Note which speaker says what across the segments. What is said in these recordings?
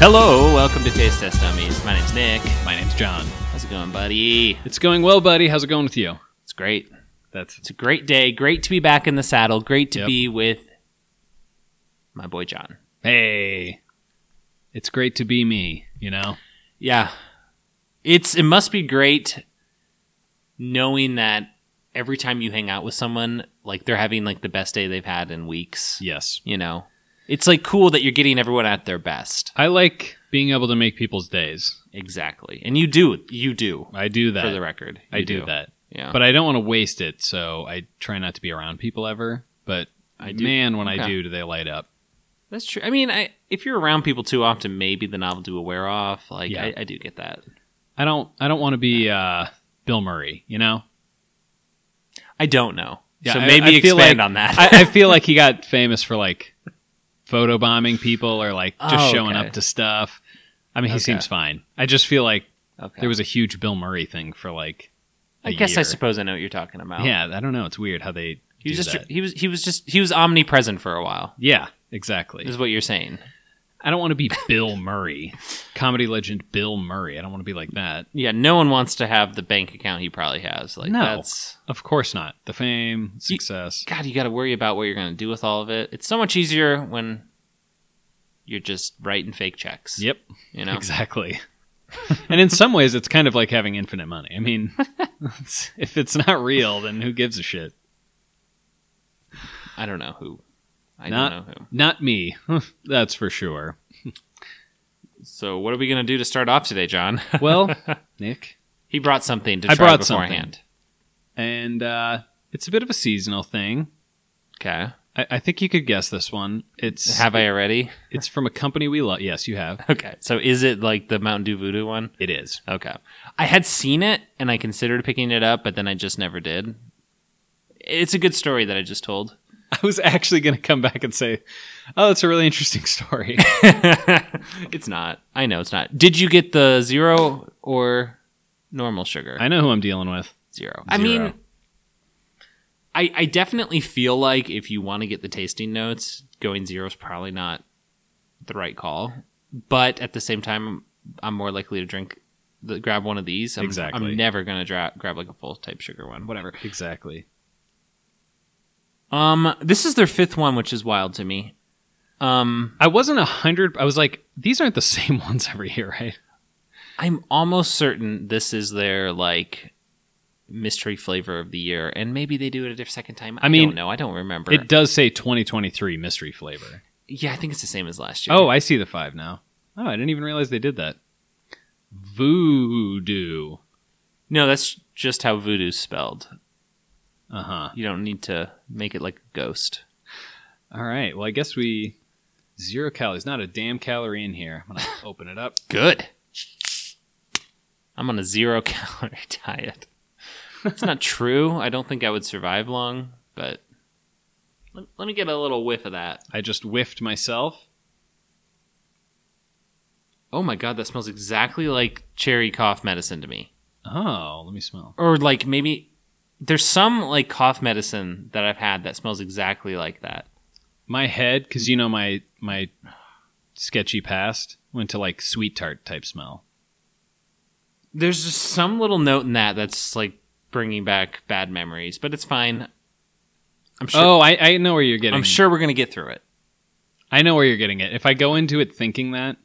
Speaker 1: Hello, welcome to Taste Test Dummies. My name's Nick.
Speaker 2: My name's John.
Speaker 1: How's it going, buddy?
Speaker 2: It's going well, buddy. How's it going with you?
Speaker 1: It's great.
Speaker 2: That's
Speaker 1: It's a great day. Great to be back in the saddle. Great to
Speaker 2: Yep.
Speaker 1: be with my boy John.
Speaker 2: hey. It's great to be me, you know.
Speaker 1: Yeah. It's it must be great knowing that every time you hang out with someone, like they're having like the best day they've had in weeks.
Speaker 2: Yes.
Speaker 1: You know? It's like cool that you're getting everyone at their best.
Speaker 2: I like being able to make people's days.
Speaker 1: Exactly. And you do. You do.
Speaker 2: I do that.
Speaker 1: For the record.
Speaker 2: I
Speaker 1: You Oh.
Speaker 2: do, that.
Speaker 1: Yeah.
Speaker 2: But I don't want to waste it, so I try not to be around people ever, but
Speaker 1: I do.
Speaker 2: man, when I
Speaker 1: Okay.
Speaker 2: do, do they light up.
Speaker 1: That's true. I mean, I, if you're around people too often, maybe the novelty will wear off. Like,
Speaker 2: Yeah.
Speaker 1: I, I do get that.
Speaker 2: I don't I don't want to be uh Bill Murray, you know?
Speaker 1: I don't know.
Speaker 2: Yeah,
Speaker 1: so
Speaker 2: I-
Speaker 1: maybe
Speaker 2: I feel
Speaker 1: expand
Speaker 2: like-
Speaker 1: on that.
Speaker 2: I, I feel like he got famous for like photobombing people or like just
Speaker 1: Oh,
Speaker 2: showing
Speaker 1: okay.
Speaker 2: up to stuff. I mean, he
Speaker 1: Okay.
Speaker 2: seems fine. I just feel like
Speaker 1: okay.
Speaker 2: There was a huge Bill Murray thing for like. I
Speaker 1: I guess I suppose I know what you're talking about.
Speaker 2: Yeah, I don't know. It's weird how they.
Speaker 1: He was
Speaker 2: do
Speaker 1: just
Speaker 2: that.
Speaker 1: he was he was just he was omnipresent for a while.
Speaker 2: Yeah, exactly.
Speaker 1: Is what you're saying.
Speaker 2: I don't want to be Bill Murray, comedy legend Bill Murray. I don't want to be like that.
Speaker 1: Yeah, no one wants to have the bank account he probably has. Like
Speaker 2: No.
Speaker 1: that's
Speaker 2: Of course not. The fame, success.
Speaker 1: God, you got to worry about what you're going to do with all of it. It's so much easier when you're just writing fake checks.
Speaker 2: yep,
Speaker 1: You know.
Speaker 2: exactly. and in some ways, it's kind of like having infinite money. I mean, it's- if it's not real, then who gives a shit?
Speaker 1: I don't know who. I
Speaker 2: Not-
Speaker 1: don't know who.
Speaker 2: Not me. That's for sure.
Speaker 1: So what are we going to do to start off today, John?
Speaker 2: Well, Nick,
Speaker 1: He brought something to
Speaker 2: I
Speaker 1: try
Speaker 2: brought
Speaker 1: beforehand.
Speaker 2: and uh, it's a bit of a seasonal thing.
Speaker 1: Okay.
Speaker 2: I, I think you could guess this one. It's
Speaker 1: Have I already?
Speaker 2: it's from a company we love. Yes, you have.
Speaker 1: Okay. So is it like the Mountain Dew Voodoo one?
Speaker 2: It is.
Speaker 1: Okay. I had seen it and I considered picking it up, but then I just never did. It's a good story that I just told.
Speaker 2: I was actually going to come back and say, "Oh, that's a really interesting story."
Speaker 1: it's not. I know it's not. Did you get the zero or normal sugar?
Speaker 2: I know who I'm dealing with.
Speaker 1: zero. I mean, I, I definitely feel like if you want to get the tasting notes, going zero is probably not the right call. But at the same time, I'm more likely to drink, the, grab one of these. I'm,
Speaker 2: Exactly.
Speaker 1: I'm never gonna dra- grab like a full type sugar one. Whatever.
Speaker 2: Exactly.
Speaker 1: Um, this is their fifth one, which is wild to me. Um,
Speaker 2: I wasn't a hundred. I was like, "These aren't the same ones every year, right?"
Speaker 1: I'm almost certain this is their like mystery flavor of the year, and maybe they do it a diff- second time. I,
Speaker 2: mean,
Speaker 1: don't know. I don't remember.
Speaker 2: It does say 2023 mystery flavor.
Speaker 1: yeah, I think it's the same as last year.
Speaker 2: Oh, I see the five now. Oh, I didn't even realize they did that. Voodoo.
Speaker 1: No, that's just how voodoo's spelled.
Speaker 2: Uh huh.
Speaker 1: You don't need to make it like a ghost.
Speaker 2: All right. Well, I guess we zero calories. Not a damn calorie in here. I'm gonna open it up.
Speaker 1: Good. I'm on a zero calorie diet. It's not true. I don't think I would survive long, but let, let me get a little whiff of that.
Speaker 2: I just whiffed myself.
Speaker 1: Oh my god, that smells exactly like cherry cough medicine to me.
Speaker 2: Oh, let me smell.
Speaker 1: Or like maybe there's some like cough medicine that I've had that smells exactly like that.
Speaker 2: My head, because you know my my sketchy past went to like sweet tart type smell.
Speaker 1: There's just some little note in that that's like bringing back bad memories, but it's fine. I'm sure.
Speaker 2: Oh, I, I know where you're getting.
Speaker 1: I'm sure we're gonna get through it.
Speaker 2: I know where you're getting it. If I go into it thinking that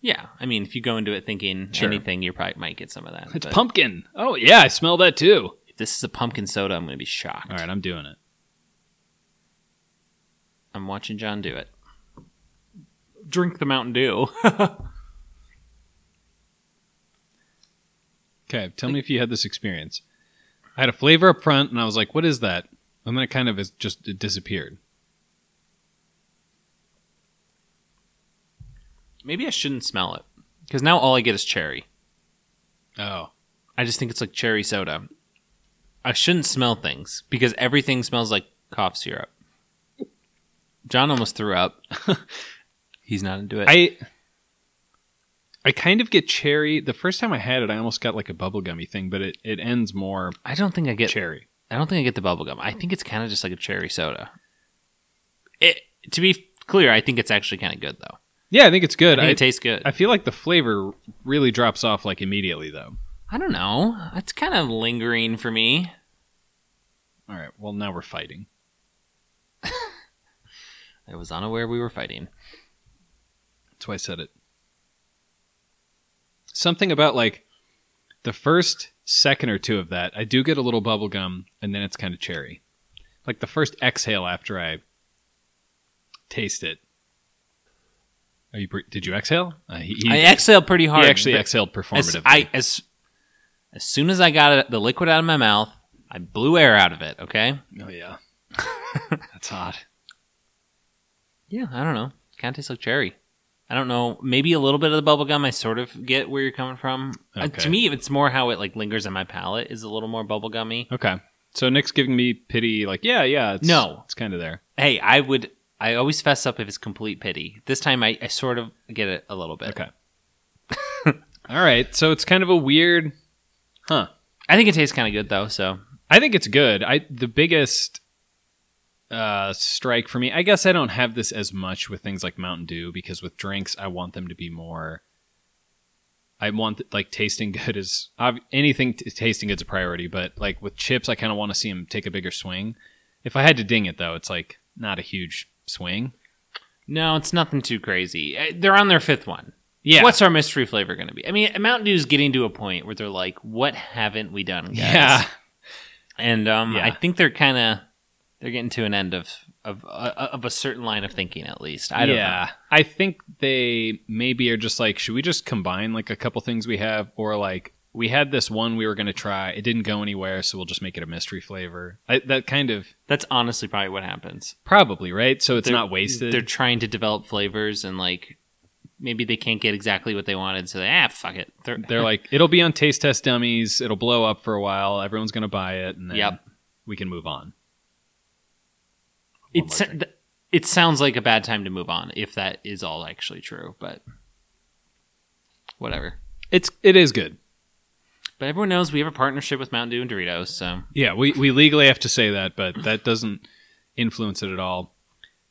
Speaker 1: Yeah, I mean, if you go into it thinking
Speaker 2: Sure.
Speaker 1: anything, you probably might get some of that.
Speaker 2: it's
Speaker 1: but
Speaker 2: pumpkin. Oh yeah, I smell that too.
Speaker 1: if this is a pumpkin soda. I'm gonna be shocked.
Speaker 2: All right, I'm doing it.
Speaker 1: I'm watching John do it. Drink the Mountain Dew.
Speaker 2: Okay, tell me if you had this experience. I had a flavor up front, and I was like, "What is that?" And then it kind of is just it disappeared.
Speaker 1: Maybe I shouldn't smell it because now all I get is cherry.
Speaker 2: Oh,
Speaker 1: I just think it's like cherry soda. I shouldn't smell things because everything smells like cough syrup. John almost threw up. He's not into it.
Speaker 2: I I kind of get cherry. The first time I had it, I almost got like a bubblegummy thing, but it, it ends more
Speaker 1: I don't think I get
Speaker 2: cherry.
Speaker 1: I don't think I get the bubble gum. I think it's kind of just like a cherry soda. It, to be clear, I think it's actually kind of good though.
Speaker 2: Yeah, I think it's good.
Speaker 1: I think
Speaker 2: I,
Speaker 1: it tastes good.
Speaker 2: I feel like the flavor really drops off like immediately though.
Speaker 1: I don't know. It's kind of lingering for me.
Speaker 2: All right. Well, now we're fighting.
Speaker 1: I was unaware we were fighting.
Speaker 2: That's why I said it. Something about like the first second or two of that, I do get a little bubble gum, and then it's kind of cherry. Like the first exhale after I taste it. Are you? br- Did you exhale? Uh, he, he-
Speaker 1: I exhaled pretty
Speaker 2: he
Speaker 1: hard.
Speaker 2: actually
Speaker 1: but
Speaker 2: exhaled
Speaker 1: as,
Speaker 2: performatively.
Speaker 1: I as as soon as I got it, the liquid out of my mouth, I blew air out of it. Okay.
Speaker 2: oh yeah, that's hot.
Speaker 1: Yeah, I don't know. Kind of tastes like cherry. I don't know. Maybe a little bit of the bubble gum. I sort of get where you're coming from. Uh,
Speaker 2: Okay.
Speaker 1: to me, it's more how it like lingers in my palate is a little more bubble gummy.
Speaker 2: Okay, so Nick's giving me pity. Like, yeah, yeah. It's,
Speaker 1: No.
Speaker 2: it's kind of there.
Speaker 1: Hey, I would. I always fess up if it's complete pity. This time, I, I sort of get it a little bit.
Speaker 2: Okay. All right, so it's kind of a weird, huh?
Speaker 1: I think it tastes kind of good though. So
Speaker 2: I think it's good. I the biggest uh, strike for me. I guess I don't have this as much with things like Mountain Dew because with drinks I want them to be more. I want like tasting good is ob- anything t- tasting good's a priority, but like with chips, I kind of want to see them take a bigger swing. If I had to ding it though, it's like not a huge swing.
Speaker 1: no, it's nothing too crazy. Uh, They're on their fifth one.
Speaker 2: Yeah,
Speaker 1: What's our mystery flavor going to be? I mean, Mountain Dew is getting to a point where they're like, "What haven't we done?" Guys?
Speaker 2: yeah,
Speaker 1: and um,
Speaker 2: Yeah.
Speaker 1: I think they're kind of they're getting to an end of of uh, of a certain line of thinking at least. I don't know.
Speaker 2: I think they maybe are just like, should we just combine like a couple things we have, or like we had this one we were gonna try, it didn't go anywhere, so we'll just make it a mystery flavor. I, that kind of
Speaker 1: That's honestly probably what happens.
Speaker 2: probably right, so it's
Speaker 1: They're-
Speaker 2: not wasted.
Speaker 1: They're trying to develop flavors and like maybe they can't get exactly what they wanted, so they ah fuck it. They're,
Speaker 2: They're like, it'll be on taste test dummies, it'll blow up for a while, everyone's gonna buy it, and then
Speaker 1: Yep.
Speaker 2: we can move on. One
Speaker 1: it.
Speaker 2: more
Speaker 1: sa-
Speaker 2: drink.
Speaker 1: th- it sounds like a bad time to move on if that is all actually true, but whatever.
Speaker 2: It's it is good.
Speaker 1: But everyone knows we have a partnership with Mountain Dew and Doritos, so
Speaker 2: Yeah, we, we legally have to say that, but that doesn't influence it at all.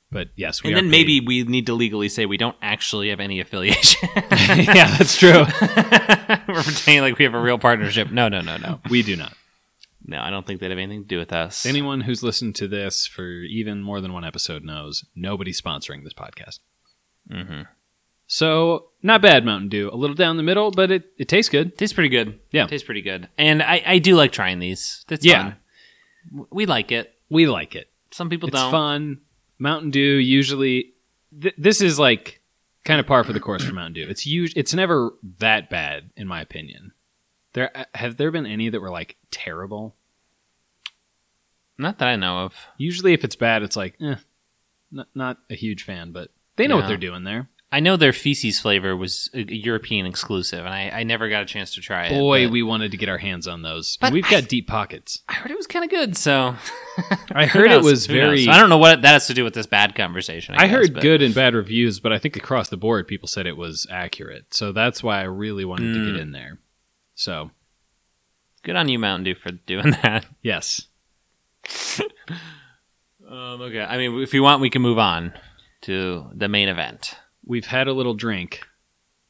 Speaker 2: But yes, we
Speaker 1: and
Speaker 2: are
Speaker 1: then
Speaker 2: paid.
Speaker 1: maybe we need to legally say we don't actually have any affiliation.
Speaker 2: yeah, that's true.
Speaker 1: We're pretending like we have a real partnership. No, no, no, no.
Speaker 2: we do not.
Speaker 1: No, I don't think they'd have anything to do with us.
Speaker 2: Anyone who's listened to this for even more than one episode knows nobody's sponsoring this podcast.
Speaker 1: mm-hmm.
Speaker 2: So, not bad Mountain Dew. A little down the middle, but it, it tastes good.
Speaker 1: Tastes pretty good.
Speaker 2: Yeah.
Speaker 1: Tastes pretty good. And I, I do like trying these. That's
Speaker 2: Yeah.
Speaker 1: fun. W- We like it.
Speaker 2: We like it.
Speaker 1: Some people
Speaker 2: It's
Speaker 1: don't.
Speaker 2: fun. Mountain Dew usually th- this is like kind of par for the course for Mountain Dew. It's us- it's never that bad in my opinion. There uh, have there been any that were like terrible?
Speaker 1: Not that I know of.
Speaker 2: Usually if it's bad it's like eh, not, not a huge fan, but they know
Speaker 1: Yeah.
Speaker 2: what they're doing there.
Speaker 1: I know their feces flavor was a a European exclusive, and I, I never got a chance to try it.
Speaker 2: Boy,
Speaker 1: but
Speaker 2: we wanted to get our hands on those.
Speaker 1: But
Speaker 2: We've
Speaker 1: I-
Speaker 2: got deep pockets.
Speaker 1: I heard it was kind of good, so.
Speaker 2: I
Speaker 1: Who
Speaker 2: heard it
Speaker 1: knows?
Speaker 2: was
Speaker 1: Who knows?
Speaker 2: very.
Speaker 1: I don't know what that has to do with this bad conversation. I,
Speaker 2: I
Speaker 1: guess,
Speaker 2: heard
Speaker 1: but-
Speaker 2: good and bad reviews, but I think across the board people said it was accurate. So that's why I really wanted to
Speaker 1: Mm.
Speaker 2: get in there. So
Speaker 1: Good on you, Mountain Dew, for doing that.
Speaker 2: yes,
Speaker 1: Um, okay. I mean, if you want, we can move on to the main event.
Speaker 2: we've had a little drink,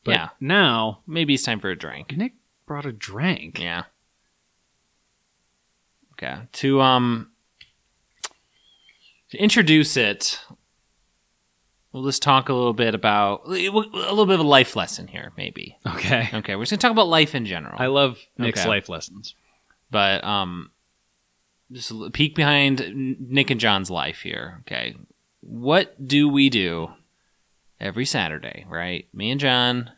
Speaker 2: but
Speaker 1: Yeah.
Speaker 2: now
Speaker 1: Maybe it's time for a drink.
Speaker 2: Nick brought a drink.
Speaker 1: Yeah. Okay. To um to introduce it, we'll just talk a little bit about a little bit of a life lesson here, maybe.
Speaker 2: Okay,
Speaker 1: Okay, we're just gonna talk about life in general.
Speaker 2: I love Nick's
Speaker 1: Okay.
Speaker 2: life lessons.
Speaker 1: but um just a l- peek behind N- Nick and John's life here. Okay. What do we do every Saturday, right? Me and John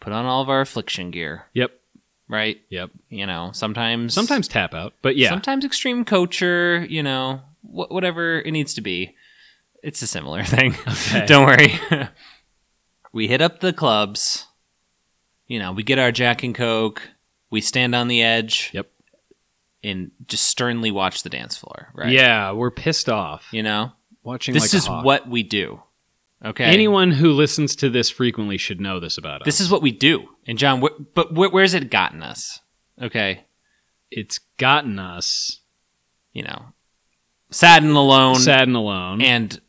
Speaker 1: put on all of our affliction gear,
Speaker 2: Yep,
Speaker 1: right?
Speaker 2: yep.
Speaker 1: You know, sometimes
Speaker 2: Sometimes tap out, but yeah,
Speaker 1: sometimes extreme culture, you know, wh- whatever it needs to be. It's a similar thing.
Speaker 2: Okay.
Speaker 1: Don't worry. we hit up the clubs. You know, we get our Jack and Coke. We stand on the edge.
Speaker 2: Yep.
Speaker 1: And just sternly watch the dance floor, right?
Speaker 2: yeah, we're pissed off
Speaker 1: You know,
Speaker 2: watching.
Speaker 1: this
Speaker 2: like a
Speaker 1: is
Speaker 2: hawk.
Speaker 1: what we do. Okay.
Speaker 2: anyone who listens to this frequently should know this about us.
Speaker 1: This is what we do. And John, wh- but wh- where's it gotten us? Okay.
Speaker 2: it's gotten us
Speaker 1: You know, sad and alone.
Speaker 2: Mm-hmm. sad and alone.
Speaker 1: and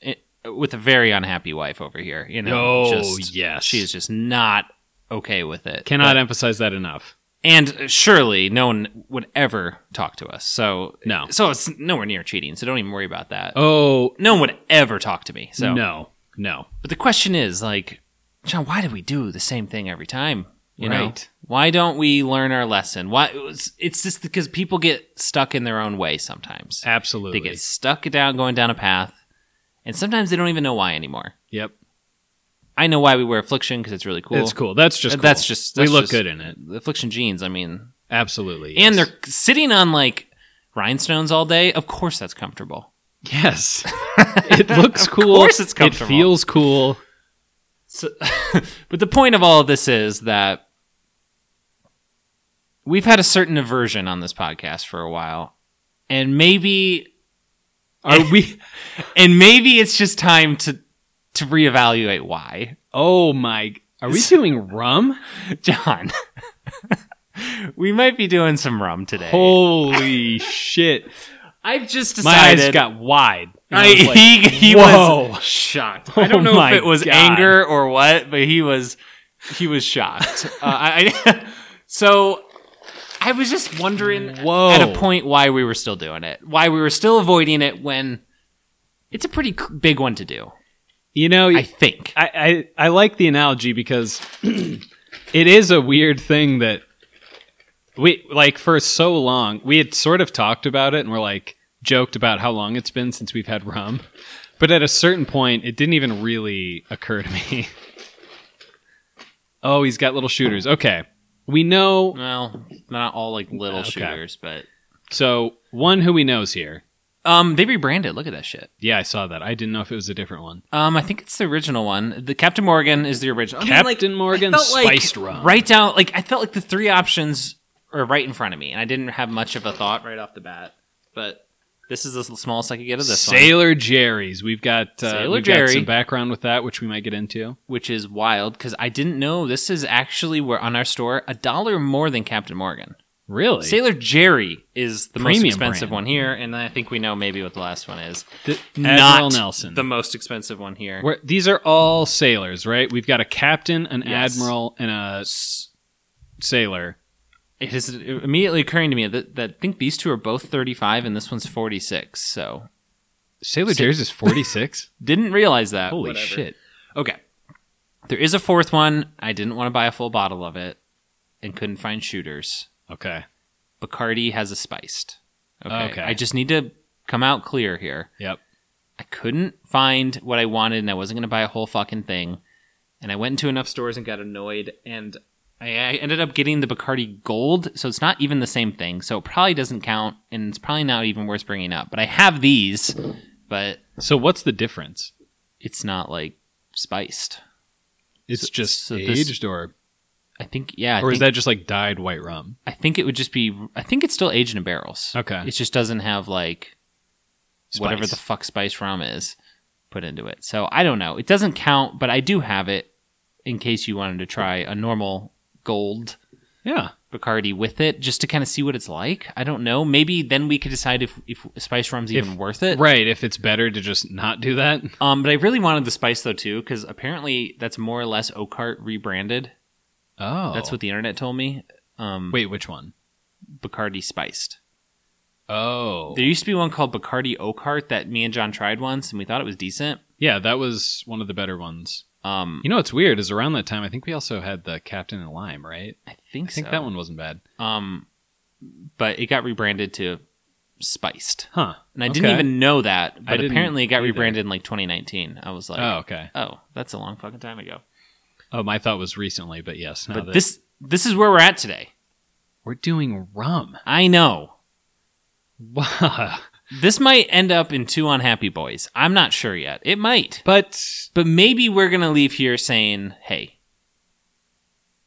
Speaker 1: it, with a very unhappy wife over here. You know,
Speaker 2: Oh,
Speaker 1: just,
Speaker 2: yes.
Speaker 1: she is just not okay with it.
Speaker 2: Cannot
Speaker 1: But-
Speaker 2: emphasize that enough.
Speaker 1: and surely no one would ever talk to us. So
Speaker 2: No.
Speaker 1: so it's nowhere near cheating. So don't even worry about that.
Speaker 2: Oh,
Speaker 1: No one would ever talk to me. So
Speaker 2: no. No.
Speaker 1: but the question is, like, John, why do we do the same thing every time? You know,
Speaker 2: Right.
Speaker 1: why don't we learn our lesson? Why it's, it's just because people get stuck in their own way sometimes.
Speaker 2: Absolutely.
Speaker 1: They get stuck down going down a path, and sometimes they don't even know why anymore.
Speaker 2: Yep.
Speaker 1: I know why we wear affliction because it's really cool.
Speaker 2: It's cool. That's just
Speaker 1: Uh, That's
Speaker 2: cool.
Speaker 1: just
Speaker 2: we
Speaker 1: that's
Speaker 2: look
Speaker 1: just-
Speaker 2: good in it.
Speaker 1: The affliction jeans. I mean,
Speaker 2: Absolutely.
Speaker 1: and
Speaker 2: yes.
Speaker 1: they're sitting on like rhinestones all day. Of course, that's comfortable.
Speaker 2: yes. it looks
Speaker 1: Of
Speaker 2: cool.
Speaker 1: course it's
Speaker 2: It
Speaker 1: comfortable.
Speaker 2: feels cool.
Speaker 1: So, but the point of all of this is that we've had a certain aversion on this podcast for a while, and maybe
Speaker 2: Are we?
Speaker 1: and maybe it's just time to to reevaluate why,
Speaker 2: Oh my! Are we doing rum?
Speaker 1: John. we might be doing some rum today.
Speaker 2: Holy shit!
Speaker 1: I've just
Speaker 2: My eyes
Speaker 1: decided.
Speaker 2: got wide. And
Speaker 1: I,
Speaker 2: was like,
Speaker 1: he he
Speaker 2: Whoa.
Speaker 1: was shocked. I don't
Speaker 2: Oh
Speaker 1: know
Speaker 2: my
Speaker 1: if it was
Speaker 2: God.
Speaker 1: anger or what, but he was he was shocked. uh, I, I- so I was just wondering
Speaker 2: Whoa.
Speaker 1: at a point why we were still doing it, why we were still avoiding it when it's a pretty c- big one to do.
Speaker 2: you know,
Speaker 1: I
Speaker 2: I,
Speaker 1: think
Speaker 2: I I like the analogy because it is a weird thing that we like for so long we had sort of talked about it and we're like joked about how long it's been since we've had rum, but at a certain point it didn't even really occur to me. oh, he's got little shooters. Okay, we know
Speaker 1: well, not all like little
Speaker 2: Okay.
Speaker 1: shooters, but
Speaker 2: So one who we knows here.
Speaker 1: um, they rebranded. Look at that shit.
Speaker 2: Yeah, I saw that. I didn't know if it was a different one.
Speaker 1: Um, I think it's the original one. The Captain Morgan is the original. I mean, like,
Speaker 2: Captain Morgan
Speaker 1: I felt like
Speaker 2: spiced rum.
Speaker 1: Right down, like I felt like the three options are right in front of me, and I didn't have much of a thought right off the bat. But this is the smallest I could get of this one,
Speaker 2: Sailor Jerry's. We've got uh,
Speaker 1: Sailor
Speaker 2: we've
Speaker 1: Jerry.
Speaker 2: got some background with that, which we might get into.
Speaker 1: which is wild because I didn't know this is actually where on our store a dollar more than Captain Morgan.
Speaker 2: Really?
Speaker 1: Sailor Jerry is the most
Speaker 2: Premium
Speaker 1: expensive
Speaker 2: brand.
Speaker 1: one here, and I think we know maybe what the last one is.
Speaker 2: Th- Admiral
Speaker 1: Not
Speaker 2: Nelson.
Speaker 1: the most expensive one here.
Speaker 2: We're- these are all sailors, right? We've got a captain, an
Speaker 1: Yes.
Speaker 2: admiral, and a
Speaker 1: S-
Speaker 2: sailor.
Speaker 1: It is immediately occurring to me that, that I think these two are both 35 and this one's 46. So
Speaker 2: Sailor
Speaker 1: Sa-
Speaker 2: Jerry's is forty six.
Speaker 1: didn't realize that.
Speaker 2: Holy
Speaker 1: Whatever.
Speaker 2: shit!
Speaker 1: Okay. There is a fourth one. I didn't want to buy a full bottle of it and couldn't find shooters.
Speaker 2: Okay.
Speaker 1: Bacardi has a spiced. Okay.
Speaker 2: Okay.
Speaker 1: I just need to come out clear here.
Speaker 2: Yep.
Speaker 1: I couldn't find what I wanted and I wasn't going to buy a whole fucking thing. And I went into enough stores and got annoyed and I I ended up getting the Bacardi Gold, so it's not even the same thing. So it probably doesn't count and it's probably not even worth bringing up. But I have these, but
Speaker 2: So what's the difference?
Speaker 1: it's not like spiced.
Speaker 2: It's
Speaker 1: So-
Speaker 2: just
Speaker 1: so this-
Speaker 2: aged, or
Speaker 1: I think yeah, I
Speaker 2: or is
Speaker 1: think-
Speaker 2: that just like dyed white rum?
Speaker 1: I think it would just be. I think it's still aged in barrels.
Speaker 2: Okay.
Speaker 1: It just doesn't have like whatever
Speaker 2: Spice.
Speaker 1: the fuck spice rum is put into it. So I don't know. It doesn't count, but I do have it in case you wanted to try a normal gold
Speaker 2: yeah.
Speaker 1: Bacardi with it, just to kind of see what it's like. I don't know. Maybe then we could decide if if spice rum's
Speaker 2: If-
Speaker 1: even worth it.
Speaker 2: Right. If it's better to just not do that.
Speaker 1: Um, but I really wanted the spice though too, because apparently that's more or less Okart rebranded.
Speaker 2: Oh,
Speaker 1: That's what the internet told me. Um,
Speaker 2: Wait, which one?
Speaker 1: Bacardi spiced.
Speaker 2: Oh,
Speaker 1: There used to be one called Bacardi Oakhart that me and John tried once, and we thought it was decent.
Speaker 2: yeah, that was one of the better ones.
Speaker 1: Um,
Speaker 2: You know what's weird is around that time, I think we also had the Captain and Lime, right?
Speaker 1: I think
Speaker 2: I think
Speaker 1: so.
Speaker 2: that one wasn't bad,
Speaker 1: Um, but it got rebranded to Spiced,
Speaker 2: huh?
Speaker 1: and I didn't
Speaker 2: Okay.
Speaker 1: even know that. But
Speaker 2: didn't
Speaker 1: apparently, it got
Speaker 2: either.
Speaker 1: rebranded in like 2019. I was like,
Speaker 2: oh,
Speaker 1: oh,
Speaker 2: okay.
Speaker 1: that's a long fucking time ago.
Speaker 2: Oh, my thought was recently, but yes, now
Speaker 1: but
Speaker 2: that
Speaker 1: this this is where we're at today.
Speaker 2: we're doing rum.
Speaker 1: I know
Speaker 2: Wow.
Speaker 1: this might end up in two unhappy boys. I'm not sure yet. It might,
Speaker 2: but
Speaker 1: but maybe we're gonna leave here saying, "Hey,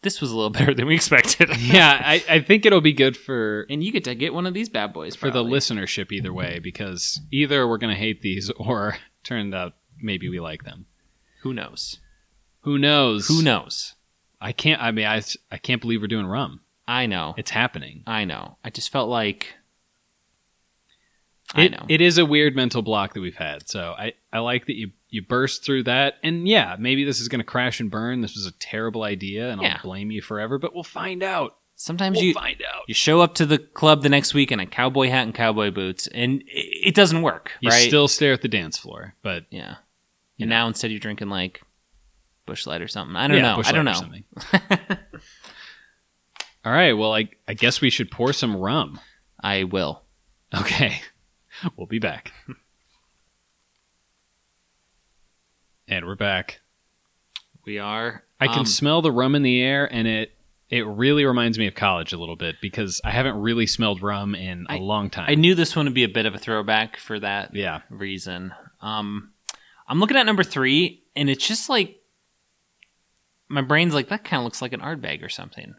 Speaker 1: this was a little better than we expected."
Speaker 2: yeah, I, I think it'll be good for
Speaker 1: and you get to get one of these bad boys
Speaker 2: for the
Speaker 1: probably. Mm-hmm.
Speaker 2: listenership either way because either we're gonna hate these or turned out maybe we like them.
Speaker 1: Who knows?
Speaker 2: Who knows?
Speaker 1: Who knows?
Speaker 2: I can't. I mean, I s- I can't believe we're doing rum.
Speaker 1: I know.
Speaker 2: It's happening.
Speaker 1: I know. I just felt like I
Speaker 2: It,
Speaker 1: know.
Speaker 2: it is a weird mental block that we've had. So I, I like that you you burst through that, and yeah, maybe this is going to crash and burn. This was a terrible idea, and
Speaker 1: Yeah.
Speaker 2: I'll blame you forever. But we'll find out.
Speaker 1: Sometimes
Speaker 2: We'll
Speaker 1: you
Speaker 2: find out.
Speaker 1: you show up to the club the next week in a cowboy hat and cowboy boots, and it, it doesn't work,
Speaker 2: You
Speaker 1: right?
Speaker 2: still stare at the dance floor, but
Speaker 1: yeah.
Speaker 2: You
Speaker 1: and
Speaker 2: know.
Speaker 1: now instead you're drinking like Bush Light or something. I don't
Speaker 2: Yeah,
Speaker 1: know.
Speaker 2: Busch
Speaker 1: I don't
Speaker 2: Light or
Speaker 1: know.
Speaker 2: something. All right. Well, I I guess we should pour some rum.
Speaker 1: I will.
Speaker 2: Okay. We'll be back. and we're back.
Speaker 1: We are.
Speaker 2: I can
Speaker 1: um,
Speaker 2: smell the rum in the air and it it really reminds me of college a little bit because I haven't really smelled rum in a
Speaker 1: I-
Speaker 2: long time.
Speaker 1: I knew this one would be a bit of a throwback for that
Speaker 2: yeah.
Speaker 1: reason. Um, I'm looking at number three, and it's just like my brain's like that. Kind of looks like an art bag or something.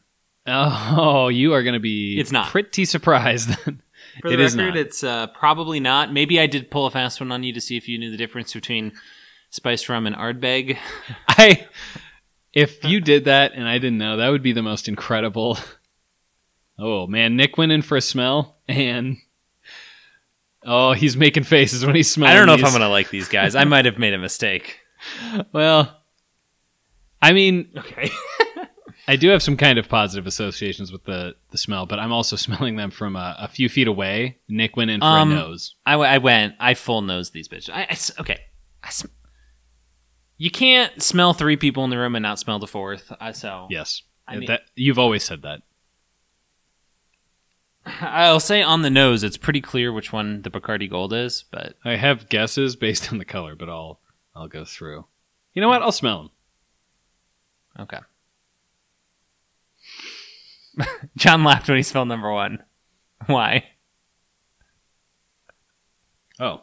Speaker 2: Oh, you are going to be
Speaker 1: It's not.
Speaker 2: pretty surprised then.
Speaker 1: For
Speaker 2: It
Speaker 1: the
Speaker 2: is
Speaker 1: record,
Speaker 2: not.
Speaker 1: it's uh, probably not. Maybe I did pull a fast one on you to see if you knew the difference between spiced rum and ardbeg.
Speaker 2: I if you did that and I didn't know, that would be the most incredible. Oh man, Nick went in for a smell and oh, he's making faces when he smells.
Speaker 1: to like these guys. I might have made a mistake.
Speaker 2: gonna. Well, I mean,
Speaker 1: Okay.
Speaker 2: I do have some kind of positive associations with the the smell, but I'm also smelling them from a, a few feet away. Nick went in for
Speaker 1: Um,
Speaker 2: a nose.
Speaker 1: I, w- I went. I full nose these bitches. I, I s- okay. I sm- you can't smell three people in the room and not smell the fourth. I so
Speaker 2: Yes,
Speaker 1: I mean-
Speaker 2: that you've always said that.
Speaker 1: I'll say on the nose. It's pretty clear which one the Bacardi Gold is, but
Speaker 2: I have guesses based on the color, but I'll I'll go through. You know what? I'll smell them.
Speaker 1: okay. John laughed when he smelled number one. Why?
Speaker 2: Oh,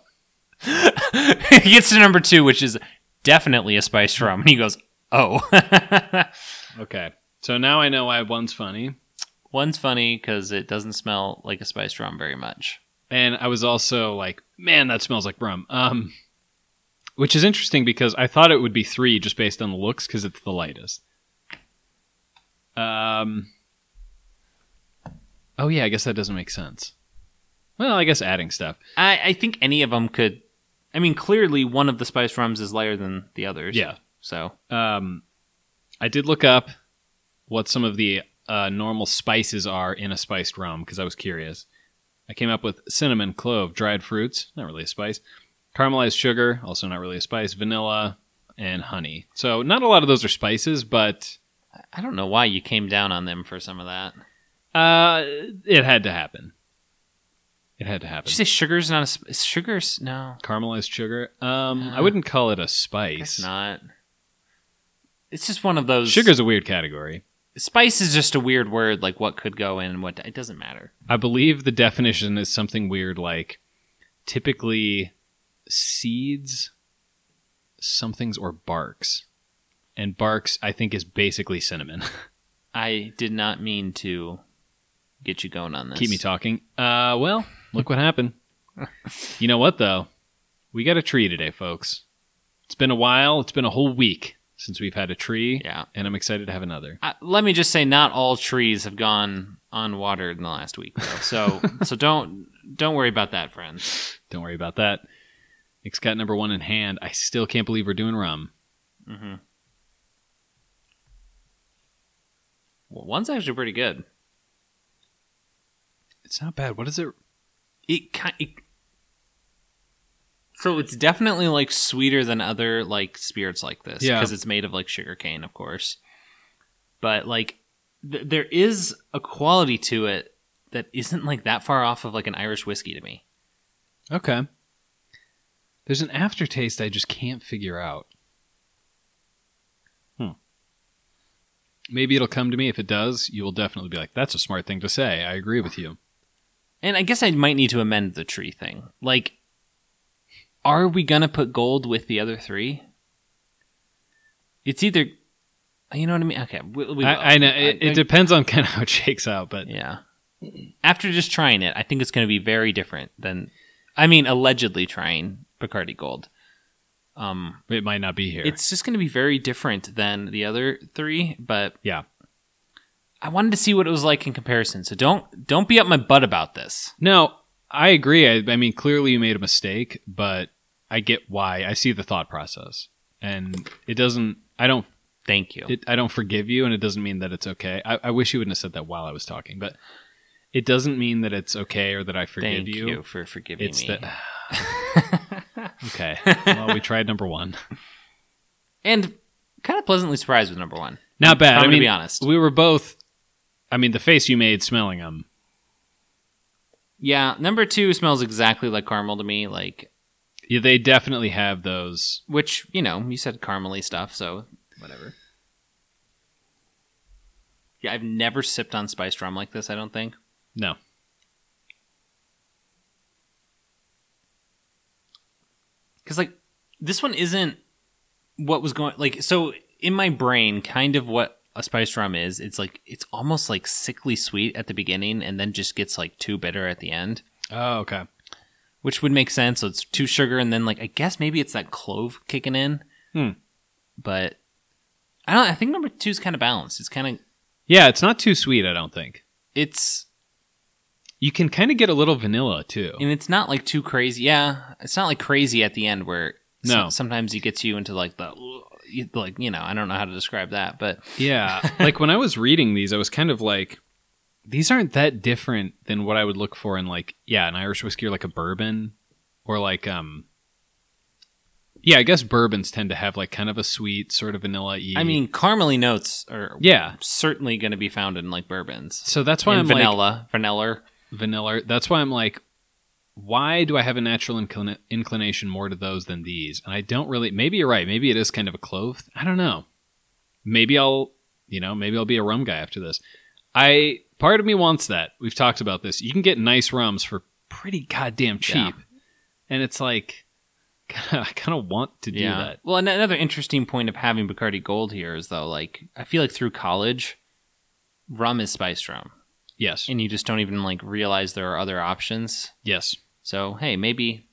Speaker 1: he gets to number two, which is definitely a spice rum, and he goes, "Oh."
Speaker 2: okay. So now I know why one's funny,
Speaker 1: One's funny because it doesn't smell like a spice rum very much.
Speaker 2: and I was also like, man, that smells like rum. Um, which is interesting because I thought it would be three just based on the looks because it's the lightest. Um. Oh yeah, I guess that doesn't make sense. Well, I guess adding stuff.
Speaker 1: I, I think any of them could. I mean, clearly one of the spice rums is lighter than the others.
Speaker 2: Yeah.
Speaker 1: So
Speaker 2: Um, I did look up what some of the uh, normal spices are in a spiced rum because I was curious. I came up with cinnamon, clove, dried fruits, not really a spice, caramelized sugar, also not really a spice, vanilla, and honey. So not a lot of those are spices, but
Speaker 1: I don't know why you came down on them for some of that.
Speaker 2: uh, it had to happen. It had to
Speaker 1: Did
Speaker 2: happen.
Speaker 1: you say sugar's not a sp- is sugar's no?
Speaker 2: Caramelized sugar. Um, I
Speaker 1: Uh,
Speaker 2: wouldn't call it a
Speaker 1: It's
Speaker 2: spice.
Speaker 1: not. It's just one of those.
Speaker 2: Sugar's a weird category.
Speaker 1: spice is just a weird word. Like what could go in and what it doesn't matter.
Speaker 2: I believe the definition is something weird like typically seeds, somethings, or barks. And barks, I think, is basically cinnamon.
Speaker 1: I did not mean to get you going on this.
Speaker 2: Keep me talking. Uh, well, look what happened. you know what, though? We got a tree today, folks. It's been a while. It's been a whole week since we've had a tree,
Speaker 1: Yeah.
Speaker 2: and I'm excited to have another.
Speaker 1: I, let me just say, not all trees have gone unwatered in the last week. Though. So so don't don't worry about that, friends.
Speaker 2: Don't worry about that. Nick's got number one in hand. I still can't believe we're doing rum.
Speaker 1: Mm-hmm. Well, one's actually pretty good.
Speaker 2: It's not bad. What is it?
Speaker 1: It kind. It, so it's definitely like sweeter than other like spirits like this
Speaker 2: Yeah.
Speaker 1: because it's made of like sugar cane, of course. But like, th- there is a quality to it that isn't like that far off of like an Irish whiskey to me.
Speaker 2: Okay. There's an aftertaste I just can't figure out. Hmm. Maybe it'll come to me. If it does, you will definitely be like, that's a smart thing to say. I agree with you.
Speaker 1: And I guess I might need to amend the tree thing. Like, are we gonna put gold with the other three? It's either, you know what I mean. Okay, we, we will.
Speaker 2: I, I know. It,
Speaker 1: I-
Speaker 2: it depends on kind of how it shakes out, but
Speaker 1: yeah. After just trying it, I think it's gonna be very different than. I mean, allegedly trying Bacardi Gold. Um,
Speaker 2: it might not be here.
Speaker 1: it's just gonna be very different than the other three, but
Speaker 2: Yeah.
Speaker 1: I wanted to see what it was like in comparison. So don't don't be up my butt about this.
Speaker 2: No, I agree. I, I mean, clearly you made a mistake, but I get why. I see the thought process, and it doesn't. I don't.
Speaker 1: Thank you.
Speaker 2: It, I don't forgive you, and it doesn't mean that it's okay. I, I wish you wouldn't have said that while I was talking, but it doesn't mean that it's okay or that I forgive
Speaker 1: Thank you. for forgiving
Speaker 2: It's
Speaker 1: me.
Speaker 2: that. okay. Well, we tried number one.
Speaker 1: and kind of pleasantly surprised with number one.
Speaker 2: Not bad.
Speaker 1: I'm
Speaker 2: I
Speaker 1: gonna
Speaker 2: mean,
Speaker 1: be honest.
Speaker 2: we were both. I mean, the face you made smelling them.
Speaker 1: Yeah, number two smells exactly like caramel to me. Like
Speaker 2: Yeah, they definitely have those.
Speaker 1: which you know you said caramely stuff so whatever yeah i've never sipped on spiced rum like this i don't think
Speaker 2: No.
Speaker 1: because like this one isn't what was going like so in my brain kind of what a spiced rum is it's like it's almost like sickly sweet at the beginning and then just gets like too bitter at the end
Speaker 2: Oh, okay.
Speaker 1: which would make sense so it's too sugar and then like i guess maybe it's that clove kicking in
Speaker 2: Hmm.
Speaker 1: but i don't i think number two is kind of balanced it's kind of
Speaker 2: Yeah, it's not too sweet. I don't think
Speaker 1: it's
Speaker 2: you can kind of get a little vanilla too.
Speaker 1: and it's not like too crazy. Yeah, it's not like crazy at the end where
Speaker 2: No.
Speaker 1: so- sometimes it gets you into like the you- like you know I don't know how to describe that, but
Speaker 2: Yeah. like when I was reading these, I was kind of like, these aren't that different than what I would look for in like, yeah, an Irish whiskey or like a bourbon or like, um, yeah, I guess bourbons tend to have like kind of a sweet sort of vanilla y.
Speaker 1: I mean caramely notes are
Speaker 2: yeah.
Speaker 1: certainly going to be found in like bourbons
Speaker 2: So that's why
Speaker 1: and
Speaker 2: I'm like
Speaker 1: vanilla, vanilla.
Speaker 2: vanilla. That's why I'm like, why do I have a natural inclina- inclination more to those than these? And I don't really, maybe you're right. Maybe it is kind of a clove. I don't know. Maybe I'll, you know, maybe I'll be a rum guy after this. I, part of me wants that. We've talked about this. You can get nice rums for pretty goddamn cheap. And it's like, kinda, I kind of want to do
Speaker 1: Yeah.
Speaker 2: that.
Speaker 1: Well, an- another interesting point of having Bacardi Gold here is though, like I feel like through college, rum is spiced rum,
Speaker 2: Yes.
Speaker 1: and you just don't even like realize there are other options.
Speaker 2: Yes.
Speaker 1: So hey, maybe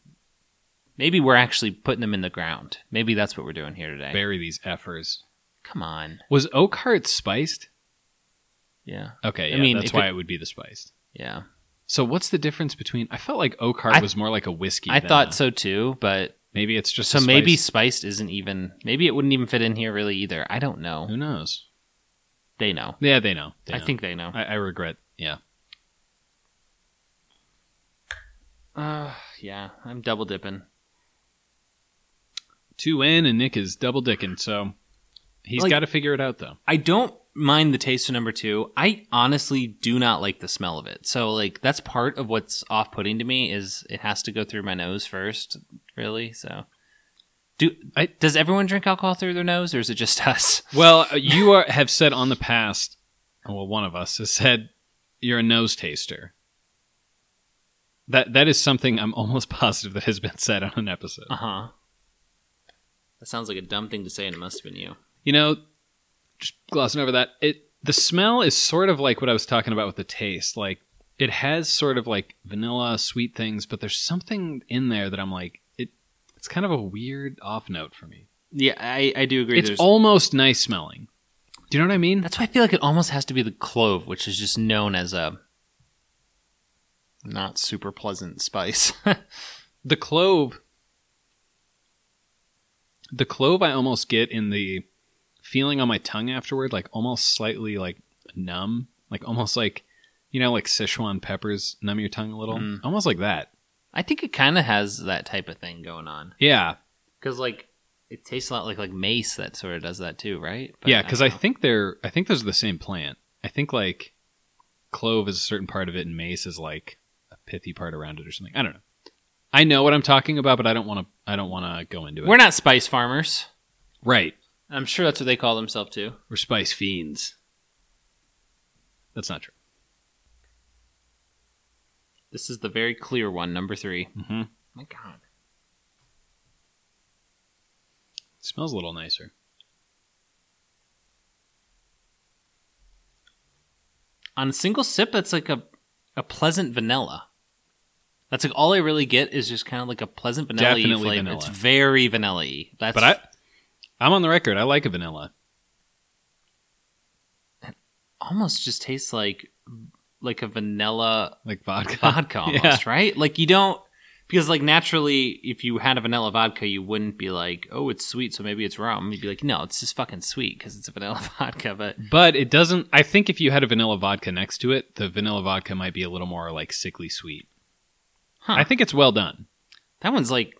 Speaker 1: maybe we're actually putting them in the ground. Maybe that's what we're doing here today.
Speaker 2: Bury these effers.
Speaker 1: Come on.
Speaker 2: Was Oakhart spiced?
Speaker 1: Yeah.
Speaker 2: Okay.
Speaker 1: I
Speaker 2: Yeah,
Speaker 1: mean,
Speaker 2: that's
Speaker 1: it
Speaker 2: why
Speaker 1: could-
Speaker 2: it would be the spiced.
Speaker 1: Yeah.
Speaker 2: So what's the difference between? I felt like Oakhart
Speaker 1: I-
Speaker 2: was more like a whiskey.
Speaker 1: I
Speaker 2: than a-
Speaker 1: thought so too, but
Speaker 2: Maybe it's uh, just
Speaker 1: so
Speaker 2: a
Speaker 1: maybe
Speaker 2: spice.
Speaker 1: spiced isn't even maybe it wouldn't even fit in here really either. I don't know.
Speaker 2: who knows?
Speaker 1: They know.
Speaker 2: Mm. Yeah, they know. They
Speaker 1: I
Speaker 2: know.
Speaker 1: think they know.
Speaker 2: I, I regret. Yeah,
Speaker 1: Uh, yeah, I'm double dipping.
Speaker 2: two in and Nick is double dicking, so he's
Speaker 1: Like-
Speaker 2: got to figure it out though.
Speaker 1: I don't mind the taste of number 2. I honestly do not like the smell of it. So like that's part of what's off-putting to me is it has to go through my nose first, really. So do
Speaker 2: I-
Speaker 1: does everyone drink alcohol through their nose or is it just us?
Speaker 2: Well, uh, you are, have said on the past. Well, one of us has said you're a nose taster. That that is something I'm almost positive that has been said on an episode.
Speaker 1: Uh huh. That sounds like a dumb thing to say, and it must have been you.
Speaker 2: you know, just glossing over that, it the smell is sort of like what I was talking about with the taste. Like it has sort of like vanilla, sweet things, but there's something in there that I'm like, it it's kind of a weird off note for me.
Speaker 1: Yeah, I, I do agree.
Speaker 2: It's almost nice smelling. Do you know what I mean?
Speaker 1: That's why I feel like it almost has to be the clove, which is just known as a not super pleasant spice.
Speaker 2: The clove the clove I almost get in the feeling on my tongue afterward, like almost slightly like numb. Like almost like you know, like Sichuan peppers numb your tongue a little.
Speaker 1: Mm.
Speaker 2: Almost like that.
Speaker 1: I think it kind of has that type of thing going on
Speaker 2: Yeah,
Speaker 1: because like it tastes a lot like like mace that sort of does that too, right? But
Speaker 2: yeah, because I,
Speaker 1: don't know.
Speaker 2: think they're I think those are the same plant. I think like clove is a certain part of it, and mace is like a pithy part around it or something. I don't know. I know what I'm talking about, but I don't want to. I don't want to go into it.
Speaker 1: we're not spice farmers.
Speaker 2: right.
Speaker 1: I'm sure that's what they call themselves too.
Speaker 2: We're spice fiends. That's not true.
Speaker 1: This is the very clear one, number three.
Speaker 2: Mm-hmm.
Speaker 1: My God,
Speaker 2: smells a little nicer.
Speaker 1: on a single sip that's like a, a pleasant vanilla that's like all i really get is just kind of like a pleasant vanilla
Speaker 2: Definitely
Speaker 1: flavor
Speaker 2: vanilla.
Speaker 1: it's very vanilla that's
Speaker 2: But I, I'm on the record. I like a vanilla.
Speaker 1: almost just tastes like like a vanilla
Speaker 2: Like vodka.
Speaker 1: vodka almost right like you don't Because like naturally, if you had a vanilla vodka, you wouldn't be like, "Oh, it's sweet, so maybe it's rum." You'd be like, "No, it's just fucking sweet because it's a vanilla vodka." But
Speaker 2: But it doesn't. I think if you had a vanilla vodka next to it, the vanilla vodka might be a little more like sickly sweet.
Speaker 1: Huh.
Speaker 2: I think it's well done.
Speaker 1: that one's like,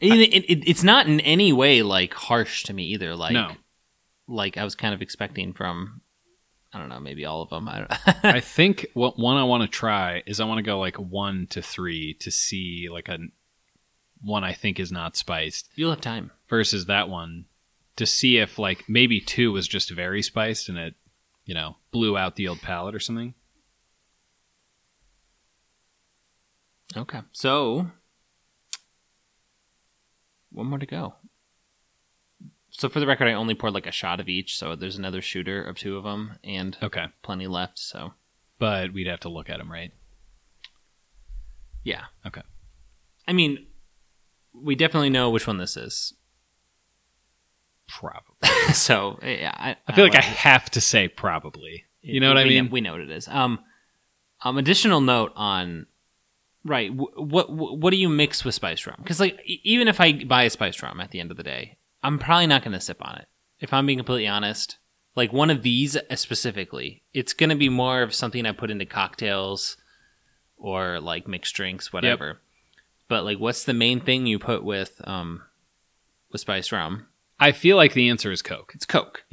Speaker 1: it, it, it- it's not in any way like harsh to me either. Like,
Speaker 2: no,
Speaker 1: like I was kind of expecting from, I don't know, maybe all of them. I don't.
Speaker 2: I think what one I want to try is I want to go like one to three to see like a one I think is not spiced
Speaker 1: You'll have time.
Speaker 2: versus that one to see if like maybe two was just very spiced and it you know blew out the old palate or something.
Speaker 1: Okay. So, one more to go. So, for the record, I only poured like a shot of each. So, there's another shooter of two of them and
Speaker 2: Okay,
Speaker 1: plenty left. So,
Speaker 2: but we'd have to look at them, right?
Speaker 1: yeah.
Speaker 2: Okay.
Speaker 1: I mean, we definitely know which one this is.
Speaker 2: Probably.
Speaker 1: so, yeah. I,
Speaker 2: I feel like I
Speaker 1: don't know.
Speaker 2: have to say probably. You know what I
Speaker 1: We
Speaker 2: mean?
Speaker 1: we know what it is. Um, um, additional note on right. wh- What what, what do you mix with spice rum? Because like e- even if I buy a spice rum at the end of the day, I'm probably not going to sip on it. If I'm being completely honest, like one of these uh, specifically, it's going to be more of something I put into cocktails or like mixed drinks, whatever. But like, what's the main thing you put with um with spice rum?
Speaker 2: I feel like the answer is Coke.
Speaker 1: It's Coke.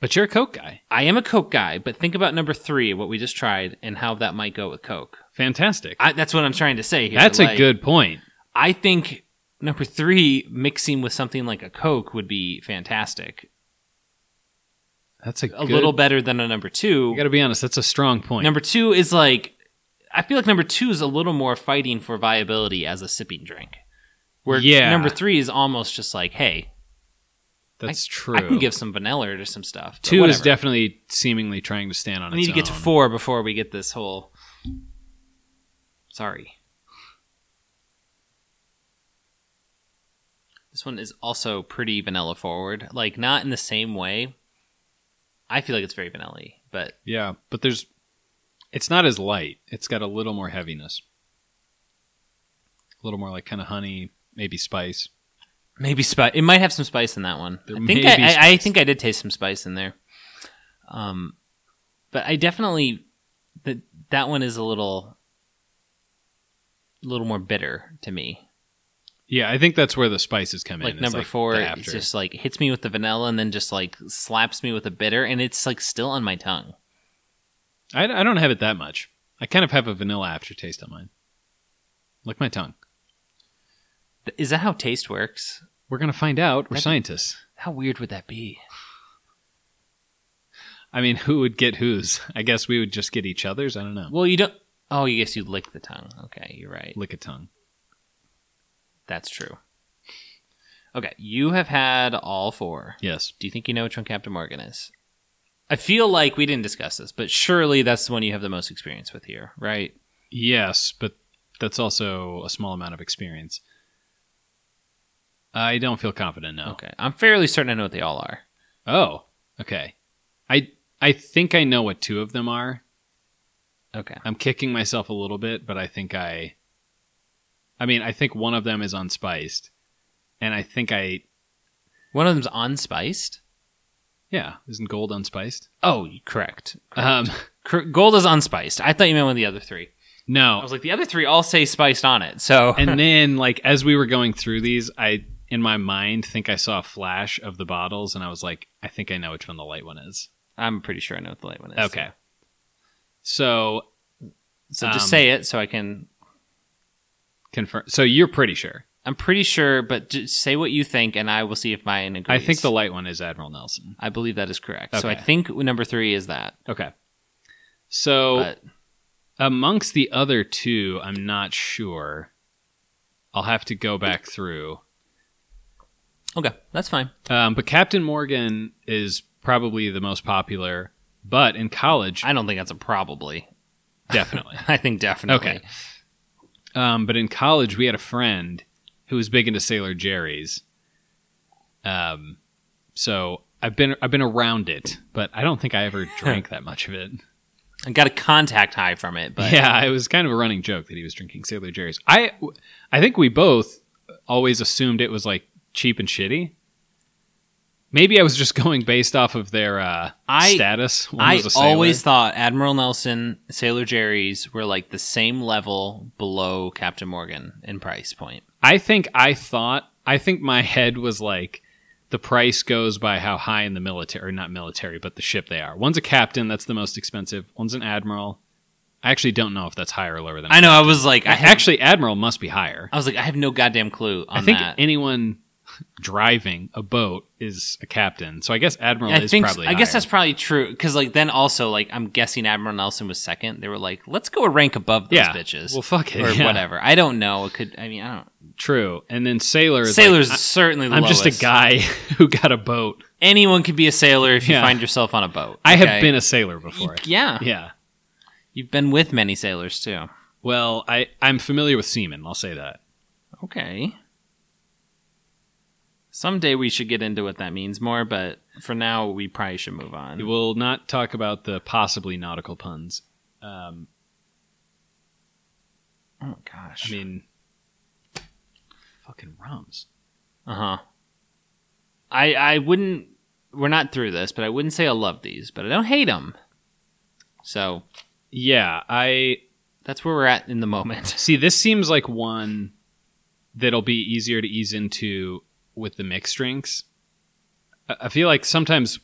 Speaker 2: But you're a Coke guy.
Speaker 1: I am a Coke guy, but think about number three, what we just tried, and how that might go with Coke.
Speaker 2: Fantastic.
Speaker 1: I, that's what I'm trying to say here.
Speaker 2: That's a
Speaker 1: Like,
Speaker 2: good point.
Speaker 1: I think number three mixing with something like a Coke would be fantastic.
Speaker 2: That's a,
Speaker 1: A little better than a number two.
Speaker 2: You got to be honest. That's a strong point.
Speaker 1: Number two is like, I feel like number two is a little more fighting for viability as a sipping drink. Where
Speaker 2: Yeah.
Speaker 1: number three is almost just like, hey,
Speaker 2: That's true.
Speaker 1: I can give some vanilla to some stuff. but
Speaker 2: two is
Speaker 1: whatever.
Speaker 2: definitely seemingly trying to stand on
Speaker 1: We
Speaker 2: its
Speaker 1: need to get to
Speaker 2: own.
Speaker 1: four before we get this whole. Sorry. This one is also pretty vanilla forward. Like, not in the same way. I feel like it's very vanilla but
Speaker 2: Yeah, but there's. It's not as light. It's got a little more heaviness. A little more like kind of honey, maybe spice.
Speaker 1: maybe spice. It might have some spice in that one.
Speaker 2: There
Speaker 1: I think
Speaker 2: may be
Speaker 1: I, I, I
Speaker 2: spice.
Speaker 1: think I did taste some spice in there. Um, but I definitely that that one is a little, a little more bitter to me.
Speaker 2: Yeah, I think that's where the spices come
Speaker 1: like
Speaker 2: in. is
Speaker 1: number
Speaker 2: the
Speaker 1: four
Speaker 2: after.
Speaker 1: it's just like hits me with the vanilla and then just like slaps me with a bitter and it's like still on my tongue
Speaker 2: I, I don't have it that much. I kind of have a vanilla aftertaste on mine. Like my tongue.
Speaker 1: Th- is that how taste works
Speaker 2: We're gonna find out. We're
Speaker 1: That'd be-
Speaker 2: scientists.
Speaker 1: how weird would that be
Speaker 2: I mean, who would get whose? I guess we would just get each other's. I don't know.
Speaker 1: well you don't oh you guess you lick the tongue okay you're right
Speaker 2: Lick a tongue.
Speaker 1: that's true okay you have had all four
Speaker 2: Yes.
Speaker 1: do you think you know which one captain morgan is i feel like we didn't discuss this but surely that's the one you have the most experience with here right
Speaker 2: Yes, but that's also a small amount of experience. I don't feel confident now.
Speaker 1: okay i'm fairly certain i know what they all are
Speaker 2: Oh, okay. I I think I know what two of them are.
Speaker 1: okay
Speaker 2: I'm kicking myself a little bit, but I think I I mean, I think one of them is unspiced. And I think I
Speaker 1: one of them's unspiced
Speaker 2: yeah, isn't gold unspiced?
Speaker 1: oh correct
Speaker 2: Um
Speaker 1: Cr- Gold is unspiced. I thought you meant one of the other three. I
Speaker 2: no.
Speaker 1: was like, the other three all say spiced on it. So
Speaker 2: and then like as we were going through these i in my mind think i saw a flash of the bottles and i was like i think i know which one the light one is
Speaker 1: I'm pretty sure I know what the late one is.
Speaker 2: okay so
Speaker 1: So just
Speaker 2: Um,
Speaker 1: say it so I can.
Speaker 2: confirm so you're pretty sure
Speaker 1: I'm pretty sure, but just say what you think, and I will see if mine agrees.
Speaker 2: i think the light one is admiral nelson
Speaker 1: I believe that is correct. So I
Speaker 2: Okay.
Speaker 1: think number three is that.
Speaker 2: okay so
Speaker 1: But
Speaker 2: amongst the other two i'm not sure i'll have to go back through
Speaker 1: okay, that's fine.
Speaker 2: um, but captain morgan is probably the most popular but in college
Speaker 1: I don't think that's a probably.
Speaker 2: definitely
Speaker 1: I think definitely.
Speaker 2: Okay. Um, but in college, we had a friend who was big into Sailor Jerry's. Um, so I've been I've been around it, but I don't think I ever drank that much of it.
Speaker 1: I got a contact high from it, but
Speaker 2: yeah, it was kind of a running joke that he was drinking Sailor Jerry's. I, I think we both always assumed it was like cheap and shitty. Maybe I was just going based off of their uh,
Speaker 1: I-
Speaker 2: status. One
Speaker 1: I
Speaker 2: was a sailor.
Speaker 1: always thought Admiral Nelson, Sailor Jerry's were like the same level below Captain Morgan in price point.
Speaker 2: I think I thought. I think my head was like, the price goes by how high in the military, or not military, but the ship they are. One's a captain, that's the most expensive. One's an admiral. I actually don't know if that's higher or lower than.
Speaker 1: I know. I was like, I,
Speaker 2: I
Speaker 1: have,
Speaker 2: actually admiral must be higher.
Speaker 1: I was like, I have no goddamn clue on
Speaker 2: I think
Speaker 1: that.
Speaker 2: anyone driving a boat is a captain. So I guess admiral
Speaker 1: I
Speaker 2: is
Speaker 1: think
Speaker 2: probably.
Speaker 1: I guess
Speaker 2: higher.
Speaker 1: that's probably true because like then also like I'm guessing Admiral Nelson was second. They were like, let's go a rank above those
Speaker 2: yeah.
Speaker 1: bitches
Speaker 2: Well, fuck it,
Speaker 1: or
Speaker 2: yeah.
Speaker 1: whatever. I don't know. It could. I mean, I don't.
Speaker 2: True, and then sailor is
Speaker 1: Sailors
Speaker 2: Like,
Speaker 1: is certainly. The
Speaker 2: I'm just a
Speaker 1: lowest.
Speaker 2: guy who got a boat.
Speaker 1: Anyone could be a sailor if you
Speaker 2: Yeah.
Speaker 1: find yourself on a boat.
Speaker 2: I
Speaker 1: okay?
Speaker 2: have been a sailor before.
Speaker 1: Yeah.
Speaker 2: Yeah.
Speaker 1: you've been with many sailors too.
Speaker 2: Well, I I'm familiar with seamen. I'll say that.
Speaker 1: Okay. Someday we should get into what that means more, but for now we probably should move
Speaker 2: We
Speaker 1: on.
Speaker 2: will not talk about the possibly nautical puns. Um,
Speaker 1: Oh my gosh.
Speaker 2: I mean, fucking rums.
Speaker 1: Uh huh. I I wouldn't. We're not through this, but I wouldn't say I love these, but I don't hate them. So
Speaker 2: Yeah, I
Speaker 1: that's where we're at in the moment.
Speaker 2: see. This seems like one that'll be easier to ease into with the mixed drinks. I I feel like sometimes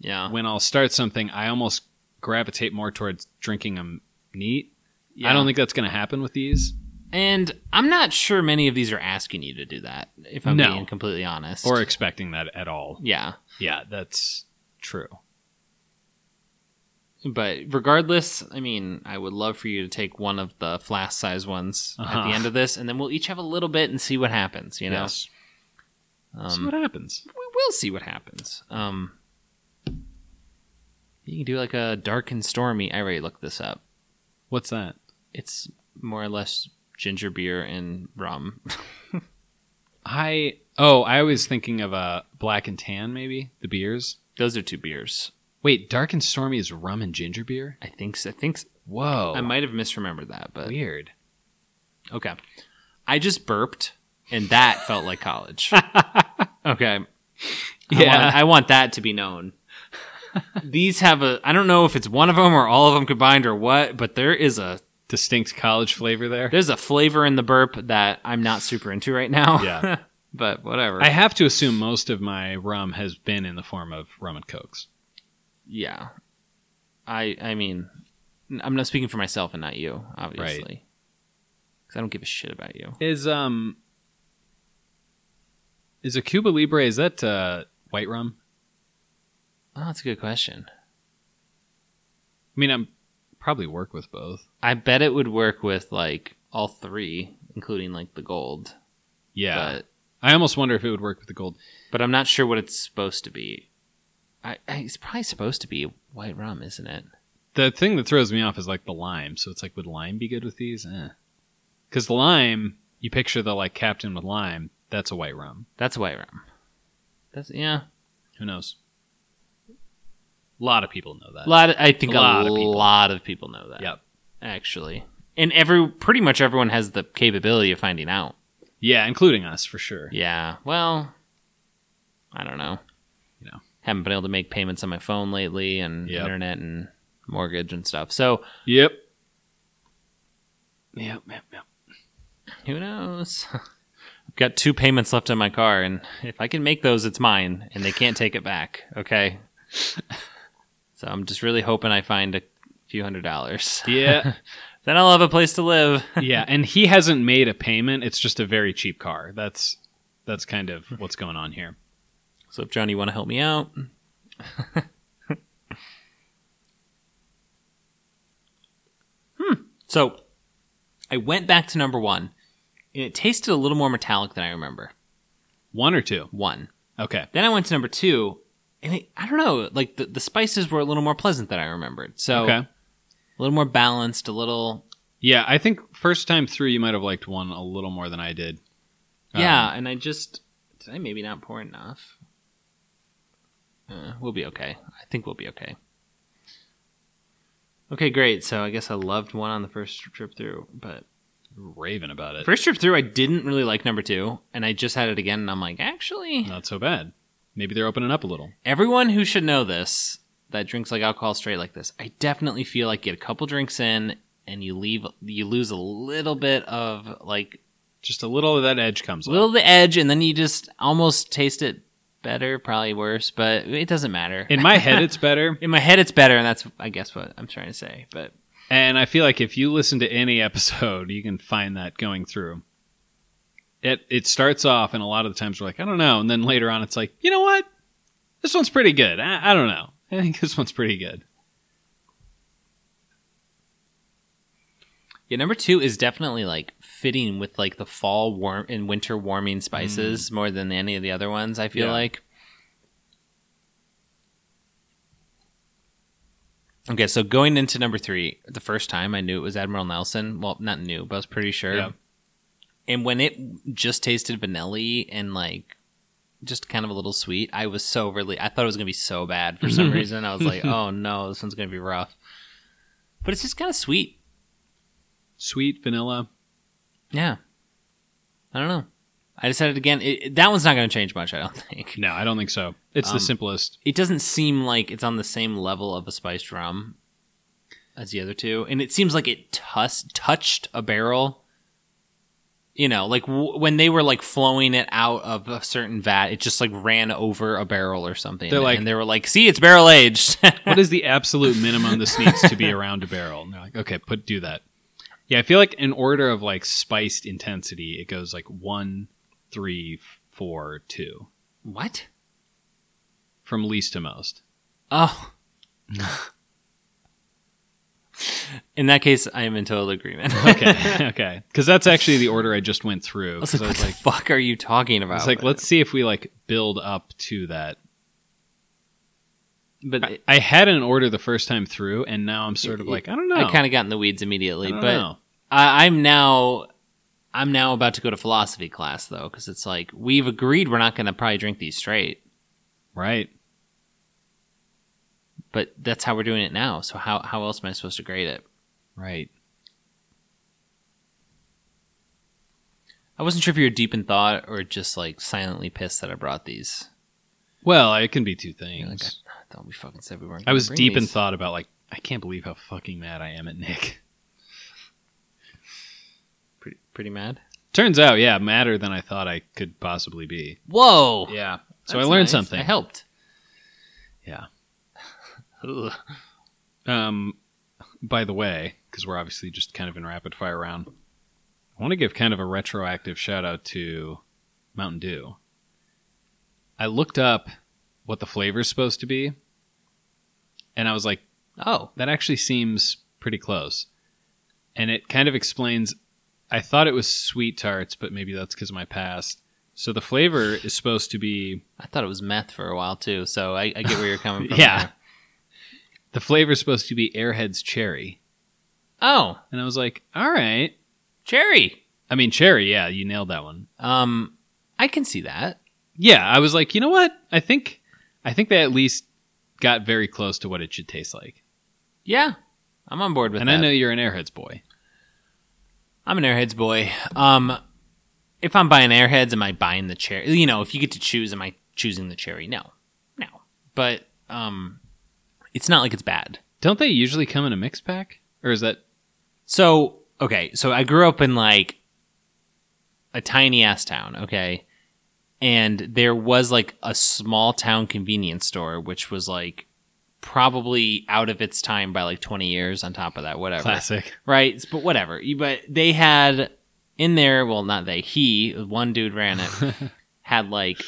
Speaker 1: Yeah.
Speaker 2: when I'll start something, I almost gravitate more towards drinking them neat.
Speaker 1: yeah.
Speaker 2: I don't think that's going to happen with these.
Speaker 1: And I'm not sure many of these are asking you to do that. If I'm
Speaker 2: No.
Speaker 1: being completely honest.
Speaker 2: or expecting that at all.
Speaker 1: yeah.
Speaker 2: Yeah, that's true.
Speaker 1: But regardless, I mean, I would love for you to take one of the flask size ones at
Speaker 2: Uh-huh.
Speaker 1: the end of this, and then we'll each have a little bit and see what happens. You know,
Speaker 2: Yes.
Speaker 1: um,
Speaker 2: See what happens.
Speaker 1: we will see what happens. Um, you can do like a dark and stormy. I already looked this up.
Speaker 2: What's that?
Speaker 1: It's more or less ginger beer and rum.
Speaker 2: I oh, I was thinking of uh, black and tan, maybe the beers.
Speaker 1: Those are two beers.
Speaker 2: Wait, dark and stormy is rum and ginger beer.
Speaker 1: I think. s- I think s-
Speaker 2: Whoa,
Speaker 1: I might have misremembered that, but
Speaker 2: weird.
Speaker 1: okay. I just burped, and that felt like college. Okay. I
Speaker 2: Yeah.
Speaker 1: want, I want that to be known. These have a I don't know if it's one of them or all of them combined or what, but there is a
Speaker 2: Distinct college flavor there.
Speaker 1: there's a flavor in the burp that I'm not super into right now.
Speaker 2: Yeah.
Speaker 1: but whatever.
Speaker 2: I have to assume most of my rum has been in the form of rum and cokes.
Speaker 1: yeah. I I mean, n- I'm not speaking for myself and not you, obviously. Cuz I don't give a shit about you.
Speaker 2: Is um is a Cuba Libre is that uh, white rum?
Speaker 1: Oh, that's a good question.
Speaker 2: I mean, I'm probably work with both.
Speaker 1: I bet it would work with like all three, including like the gold.
Speaker 2: Yeah,
Speaker 1: But
Speaker 2: I almost wonder if it would work with the gold.
Speaker 1: but I'm not sure what it's supposed to be. I, I it's probably supposed to be white rum, isn't it?
Speaker 2: The thing that throws me off is like the lime. So it's like, would lime be good with these? Because the lime, you picture the like captain with lime. That's a white rum.
Speaker 1: That's white rum. That's yeah.
Speaker 2: Who knows? A lot of people know that.
Speaker 1: A lot. Of, I think
Speaker 2: A
Speaker 1: a
Speaker 2: lot
Speaker 1: lot,
Speaker 2: of people.
Speaker 1: of people know that.
Speaker 2: Yep.
Speaker 1: Actually, and every pretty much everyone has the capability of finding out.
Speaker 2: Yeah, including us for sure.
Speaker 1: Yeah. Well, I don't know.
Speaker 2: You know.
Speaker 1: haven't been able to make payments on my phone lately, and
Speaker 2: Yep.
Speaker 1: internet and mortgage and stuff. So
Speaker 2: Yep. Yep. Yep. yep.
Speaker 1: who knows? I've got two payments left on my car, and if I can make those, it's mine, and they can't take it back. Okay. so I'm just really hoping I find a few hundred dollars.
Speaker 2: Yeah.
Speaker 1: Then I'll have a place to live.
Speaker 2: yeah. And he hasn't made a payment. It's just a very cheap car. That's that's kind of what's going on here.
Speaker 1: So if John, you want to help me out? hmm. So I went back to number one, and it tasted a little more metallic than I remember.
Speaker 2: One or two.
Speaker 1: One.
Speaker 2: Okay.
Speaker 1: Then I went to number two, and it, I don't know, like the, the spices were a little more pleasant than I remembered. So
Speaker 2: Okay.
Speaker 1: a little more balanced, a little
Speaker 2: Yeah, I think first time through you might have liked one a little more than I did. Um,
Speaker 1: yeah. And I just did I maybe not pour enough? Uh, we'll be okay. I think we'll be okay. Okay, great. So I guess I loved one on the first trip through, but
Speaker 2: Raving about it.
Speaker 1: first trip through I didn't really like number two, and I just had it again, and I'm like, actually,
Speaker 2: Not so bad. Maybe they're opening up a little.
Speaker 1: everyone who should know this that drinks like alcohol straight like this, I definitely feel like get a couple drinks in and you leave, you lose a little bit of like
Speaker 2: Just a little of that edge comes
Speaker 1: a little
Speaker 2: off.
Speaker 1: of the edge, and then you just almost taste it better, probably worse, but it doesn't matter.
Speaker 2: In my head, it's better.
Speaker 1: in my head, it's better, and that's I guess what I'm trying to say. But
Speaker 2: And I feel like if you listen to any episode, you can find that going through. It it starts off, and a lot of the times we're like, I don't know, and then later on, it's like, you know what, this one's pretty good. I, I don't know. I think this one's pretty good.
Speaker 1: yeah, number two is definitely like fitting with like the fall warm and winter warming spices more than any of the other ones. I feel
Speaker 2: Mm. Yeah.
Speaker 1: like. Okay, so going into number three, the first time I knew it was Admiral Nelson. Well, not new, but I was pretty sure.
Speaker 2: Yeah.
Speaker 1: And when it just tasted vanilla and like just kind of a little sweet, I was so really I thought it was gonna be so bad for some reason. I was like, oh no, this one's gonna be rough. But it's just kind of sweet.
Speaker 2: Sweet vanilla.
Speaker 1: Yeah. I don't know. I decided again, it, it- that one's not going to change much, I don't think.
Speaker 2: No, I don't think so. It's
Speaker 1: Um,
Speaker 2: the simplest.
Speaker 1: It doesn't seem like it's on the same level of a spiced rum as the other two. And it seems like it tus- touched a barrel. You know, like w- when they were like flowing it out of a certain vat, it just like ran over a barrel or something.
Speaker 2: They're like-
Speaker 1: and they were like, see, it's barrel aged.
Speaker 2: what is the absolute minimum this needs to be around a barrel? And they're like, okay, put do that. Yeah, I feel like in order of like spiced intensity, it goes like one, three, four, two,
Speaker 1: what?
Speaker 2: from least to most.
Speaker 1: Oh. In that case, I am in total agreement.
Speaker 2: Okay, okay, because that's actually the order I just went through.
Speaker 1: I was
Speaker 2: 'Cause
Speaker 1: like,
Speaker 2: I
Speaker 1: what
Speaker 2: was
Speaker 1: the
Speaker 2: like,
Speaker 1: fuck are you talking about?
Speaker 2: I was like, let's see if we like build up to that.
Speaker 1: But
Speaker 2: I, I had an order the first time through, and now I'm sort of like, I don't know.
Speaker 1: I kind of got in the weeds immediately.
Speaker 2: don't
Speaker 1: But
Speaker 2: know.
Speaker 1: I, I'm now, I'm now about to go to philosophy class though, because it's like we've agreed we're not going to probably drink these straight,
Speaker 2: right.
Speaker 1: but that's how we're doing it now. So how how else am I supposed to grade it?
Speaker 2: Right.
Speaker 1: I wasn't sure if you were deep in thought or just like silently pissed that I brought these.
Speaker 2: Well, it can be two
Speaker 1: You're like,
Speaker 2: things.
Speaker 1: I, I thought we fucking said we weren't.
Speaker 2: I
Speaker 1: gonna
Speaker 2: was
Speaker 1: bring
Speaker 2: deep in
Speaker 1: these."
Speaker 2: thought about like I can't believe how fucking mad I am at Nick.
Speaker 1: Pretty, pretty mad.
Speaker 2: Turns out, yeah, madder than I thought I could possibly be.
Speaker 1: Whoa.
Speaker 2: Yeah. So I
Speaker 1: That's
Speaker 2: learned
Speaker 1: nice.
Speaker 2: something.
Speaker 1: I helped.
Speaker 2: Yeah.
Speaker 1: Ugh.
Speaker 2: Um by the way, cuz we're obviously just kind of in rapid fire round. I want to give kind of a retroactive shout out to Mountain Dew. I looked up what the flavor's supposed to be and I was like
Speaker 1: Oh.
Speaker 2: that actually seems pretty close. And it kind of explains I thought it was sweet tarts, but maybe that's because of my past. So the flavor is supposed to be
Speaker 1: I thought it was meth for a while too, so I, I get where you're coming from.
Speaker 2: Yeah.
Speaker 1: there.
Speaker 2: the flavor is supposed to be Airheads cherry.
Speaker 1: Oh,
Speaker 2: And I was like, all right.
Speaker 1: cherry.
Speaker 2: I mean cherry, yeah, you nailed that one.
Speaker 1: Um, I can see that.
Speaker 2: Yeah, I was like, you know what? I think I think they at least got very close to what it should taste like.
Speaker 1: Yeah, I'm on board with
Speaker 2: and
Speaker 1: that.
Speaker 2: I know you're an Airheads boy.
Speaker 1: I'm an Airheads boy. Um, if I'm buying Airheads, am I buying the cherry? You know, if you get to choose, am I choosing the cherry? No, no. But um, it's not like it's bad.
Speaker 2: Don't they usually come in a mix pack? Or is that
Speaker 1: So, okay, so I grew up in like a tiny ass town, okay? And there was like a small town convenience store, which was like probably out of its time by like 20 years on top of that, whatever.
Speaker 2: classic?
Speaker 1: Right? It's- But whatever. You- But they had in there, well, not they, he, one dude ran it, had like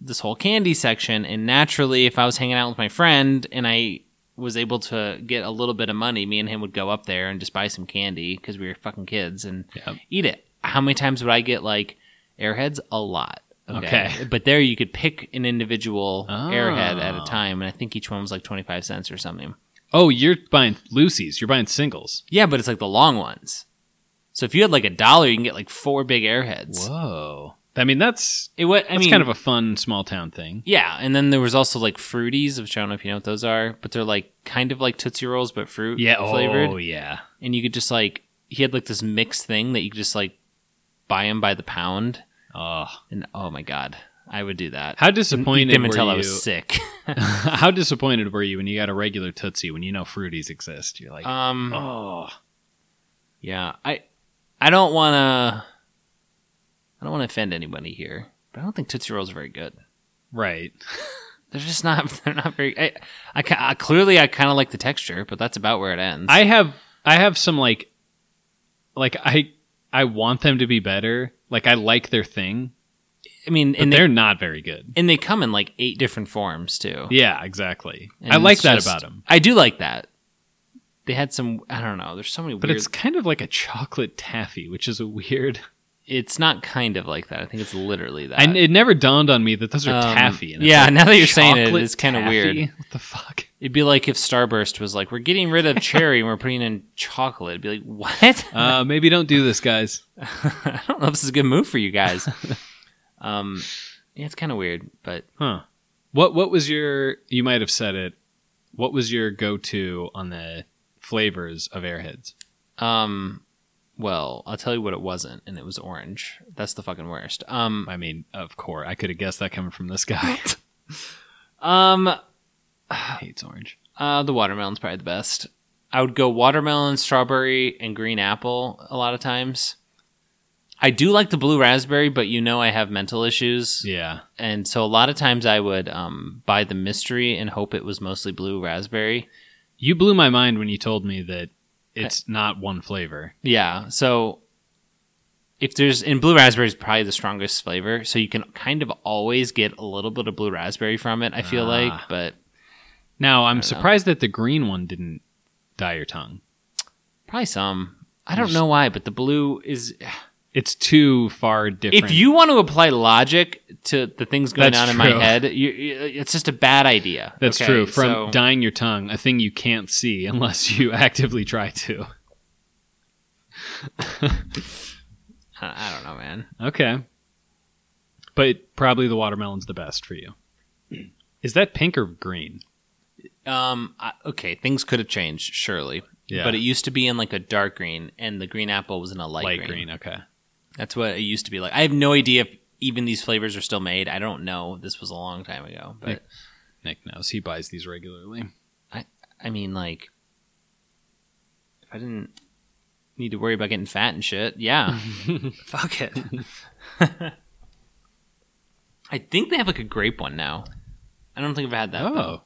Speaker 1: this whole candy section. And naturally, if I was hanging out with my friend and I was able to get a little bit of money, me and him would go up there and just buy some candy because we were fucking kids and
Speaker 2: Yep.
Speaker 1: eat it. How many times would I get like airheads? A lot.
Speaker 2: Okay.
Speaker 1: But there you could pick an individual airhead at
Speaker 2: Oh.
Speaker 1: a time. And I think each one was like 25 cents or something.
Speaker 2: Oh, you're buying Lucy's, you're buying singles.
Speaker 1: Yeah, but it's like the long ones. So if you had like a dollar, you can get like four big airheads.
Speaker 2: Whoa. I mean, that's
Speaker 1: It what I
Speaker 2: that's
Speaker 1: mean,
Speaker 2: kind of a fun small town thing.
Speaker 1: yeah. And then there was also like fruities, which I don't know if you know what those are, but they're like kind of like tootsie rolls, but fruit flavored.
Speaker 2: Oh, yeah.
Speaker 1: And you could just like he had like this mixed thing that you could just like buy him by the pound.
Speaker 2: Oh,
Speaker 1: And oh my god, I would do that.
Speaker 2: how
Speaker 1: Eat
Speaker 2: disappointed
Speaker 1: them
Speaker 2: were
Speaker 1: until
Speaker 2: you?
Speaker 1: I was sick.
Speaker 2: how disappointed were you when you got a regular tootsie when you know fruities exist? You're like,
Speaker 1: Um,
Speaker 2: oh,
Speaker 1: yeah, I, I don't want to, I don't want to offend anybody here, but I don't think Tootsie Rolls are very good.
Speaker 2: right.
Speaker 1: They're just not. They're not very. I, I, ca- I clearly I kind of like the texture, but that's about where it ends.
Speaker 2: I have I have some like like I I want them to be better. Like I like their thing,
Speaker 1: I mean,
Speaker 2: and
Speaker 1: and they
Speaker 2: they're not very good.
Speaker 1: and they come in like eight different forms too.
Speaker 2: Yeah, exactly.
Speaker 1: And
Speaker 2: I like
Speaker 1: it's
Speaker 2: that
Speaker 1: just-
Speaker 2: about them.
Speaker 1: I do like that. They had some. I don't know. There's so many.
Speaker 2: But
Speaker 1: weird,
Speaker 2: it's kind of like a chocolate taffy, which is a weird.
Speaker 1: it's not kind of like that. I think it's literally that.
Speaker 2: I, it never dawned on me that those are
Speaker 1: Um,
Speaker 2: taffy. it's
Speaker 1: yeah, now that you're saying it,
Speaker 2: chocolate
Speaker 1: it's kinda
Speaker 2: taffy?
Speaker 1: weird.
Speaker 2: What the fuck?
Speaker 1: It'd be like if Starburst was like, we're getting rid of cherry and we're putting in chocolate. It'd be like, what?
Speaker 2: Uh, maybe don't do this, guys.
Speaker 1: I don't know if this is a good move for you guys. um, yeah, it's kind of weird, but
Speaker 2: Huh? What What was your? You might have said it. What was your go to on the flavors of Airheads?
Speaker 1: um, well, I'll tell you what it wasn't, and it was orange. That's the fucking worst. Um,
Speaker 2: I mean, of course, I could have guessed that coming from this guy.
Speaker 1: um,
Speaker 2: hates orange.
Speaker 1: uh, the watermelon's probably the best. I would go watermelon, strawberry, and green apple a lot of times. I do like the blue raspberry, but you know I have mental issues.
Speaker 2: Yeah.
Speaker 1: and so a lot of times I would um, buy the mystery and hope it was mostly blue raspberry.
Speaker 2: You blew my mind when you told me that it's not one flavor.
Speaker 1: Yeah, so if there's and blue raspberry is probably the strongest flavor, so you can kind of always get a little bit of blue raspberry from it. I feel
Speaker 2: Ah.
Speaker 1: like, but
Speaker 2: Now, I'm
Speaker 1: know.
Speaker 2: surprised that the green one didn't die your tongue.
Speaker 1: probably some. I don't know why, but the blue is.
Speaker 2: It's too far different.
Speaker 1: If you want to apply logic to the things going
Speaker 2: That's
Speaker 1: on in my
Speaker 2: true.
Speaker 1: head, you, you- it's just a bad idea.
Speaker 2: That's
Speaker 1: Okay,
Speaker 2: true. From
Speaker 1: so-
Speaker 2: dying your tongue, a thing you can't see unless you actively try to.
Speaker 1: I I don't know, man.
Speaker 2: Okay. But probably the watermelon's the best for you. Is that pink or green?
Speaker 1: Um, I, okay, things could have changed, surely.
Speaker 2: Yeah.
Speaker 1: But it used to be in like a dark green, and the green apple was in a light,
Speaker 2: Light
Speaker 1: green.
Speaker 2: green. Okay.
Speaker 1: That's what it used to be like. I have no idea if even these flavors are still made. I don't know. This was a long time ago, but
Speaker 2: Like- Nick knows. He buys these regularly.
Speaker 1: I mean, like, if I didn't need to worry about getting fat and shit, yeah, fuck it. I think they have like a grape one now. I don't think I've had that.
Speaker 2: oh.
Speaker 1: though.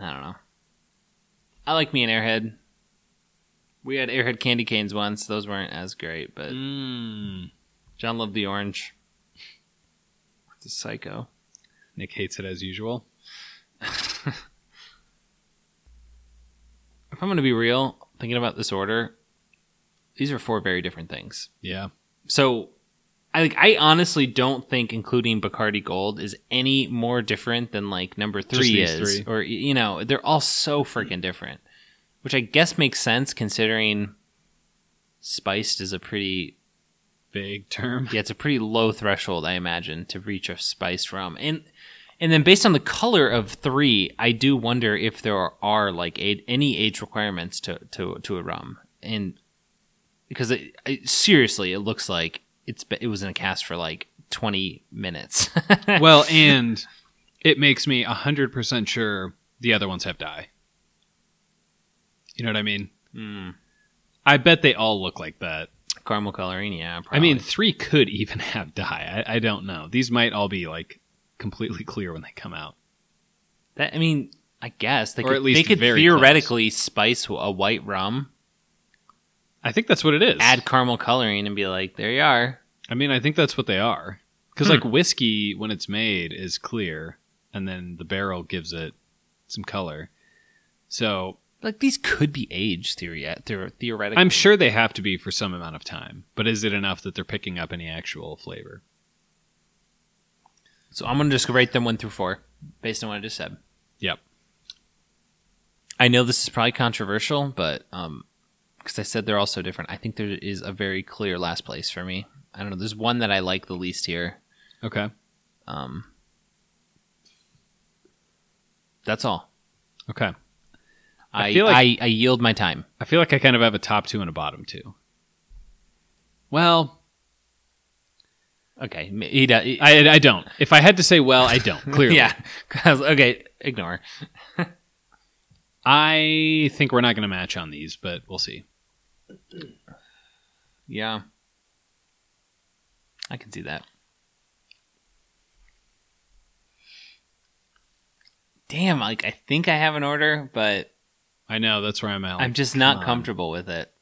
Speaker 1: I don't know. I like me an Airhead. We had Airhead candy canes once. Those weren't as great, but
Speaker 2: Mm.
Speaker 1: John loved the orange. It's a psycho.
Speaker 2: Nick hates it as usual.
Speaker 1: If I'm going to be real, thinking about this order, these are four very different things.
Speaker 2: Yeah.
Speaker 1: So, I like I honestly don't think including Bacardi Gold is any more different than like number three
Speaker 2: these
Speaker 1: is,
Speaker 2: three.
Speaker 1: or y- you know, they're all so freaking different, which I guess makes sense considering spiced is a pretty
Speaker 2: Vague term.
Speaker 1: yeah, it's a pretty low threshold, I imagine, to reach a spiced rum. And and then based on the color of three, I do wonder if there are, are like a, any age requirements to, to to a rum. And because it, it, seriously, it looks like it's be- it was in a cast for like twenty minutes.
Speaker 2: well, and it makes me 100% sure the other ones have dye. You know what I mean?
Speaker 1: Mm,
Speaker 2: I bet they all look like that.
Speaker 1: caramel coloring, yeah.
Speaker 2: I mean,
Speaker 1: probably.
Speaker 2: three could even have dye. I, I don't know. These might all be like completely clear when they come out.
Speaker 1: That- I mean, I guess they
Speaker 2: Or
Speaker 1: could,
Speaker 2: at least
Speaker 1: they could
Speaker 2: very
Speaker 1: theoretically spice a white rum,
Speaker 2: I think that's what it is.
Speaker 1: add caramel coloring, and be like, there you are.
Speaker 2: I mean, I think that's what they are. Because like
Speaker 1: Hmm.
Speaker 2: whiskey, when it's made, is clear, and then the barrel gives it some color. So
Speaker 1: Like these could be age theory, uh, theor- theoretically.
Speaker 2: I'm sure they have to be for some amount of time. But is it enough that they're picking up any actual flavor?
Speaker 1: so I'm gonna just rate them one through four based on what I just said.
Speaker 2: Yep.
Speaker 1: I know this is probably controversial, but um, because I said they're all so different. I think there is a very clear last place for me. I don't know. There's one that I like the least here.
Speaker 2: Okay.
Speaker 1: Um, that's all.
Speaker 2: Okay.
Speaker 1: I I,
Speaker 2: feel like-
Speaker 1: I yield my time.
Speaker 2: I feel like I kind of have a top two and a bottom two. Well,
Speaker 1: Okay, m- he does. he-
Speaker 2: I, I don't. If I had to say well, I don't. Clearly.
Speaker 1: yeah. 'Cause- okay, ignore.
Speaker 2: I think we're not going to match on these, but we'll see.
Speaker 1: Yeah, I can see that. Damn, like I think I have an order, but
Speaker 2: I know that's where I'm at.
Speaker 1: I'm just not
Speaker 2: Oh, come on.
Speaker 1: comfortable with it.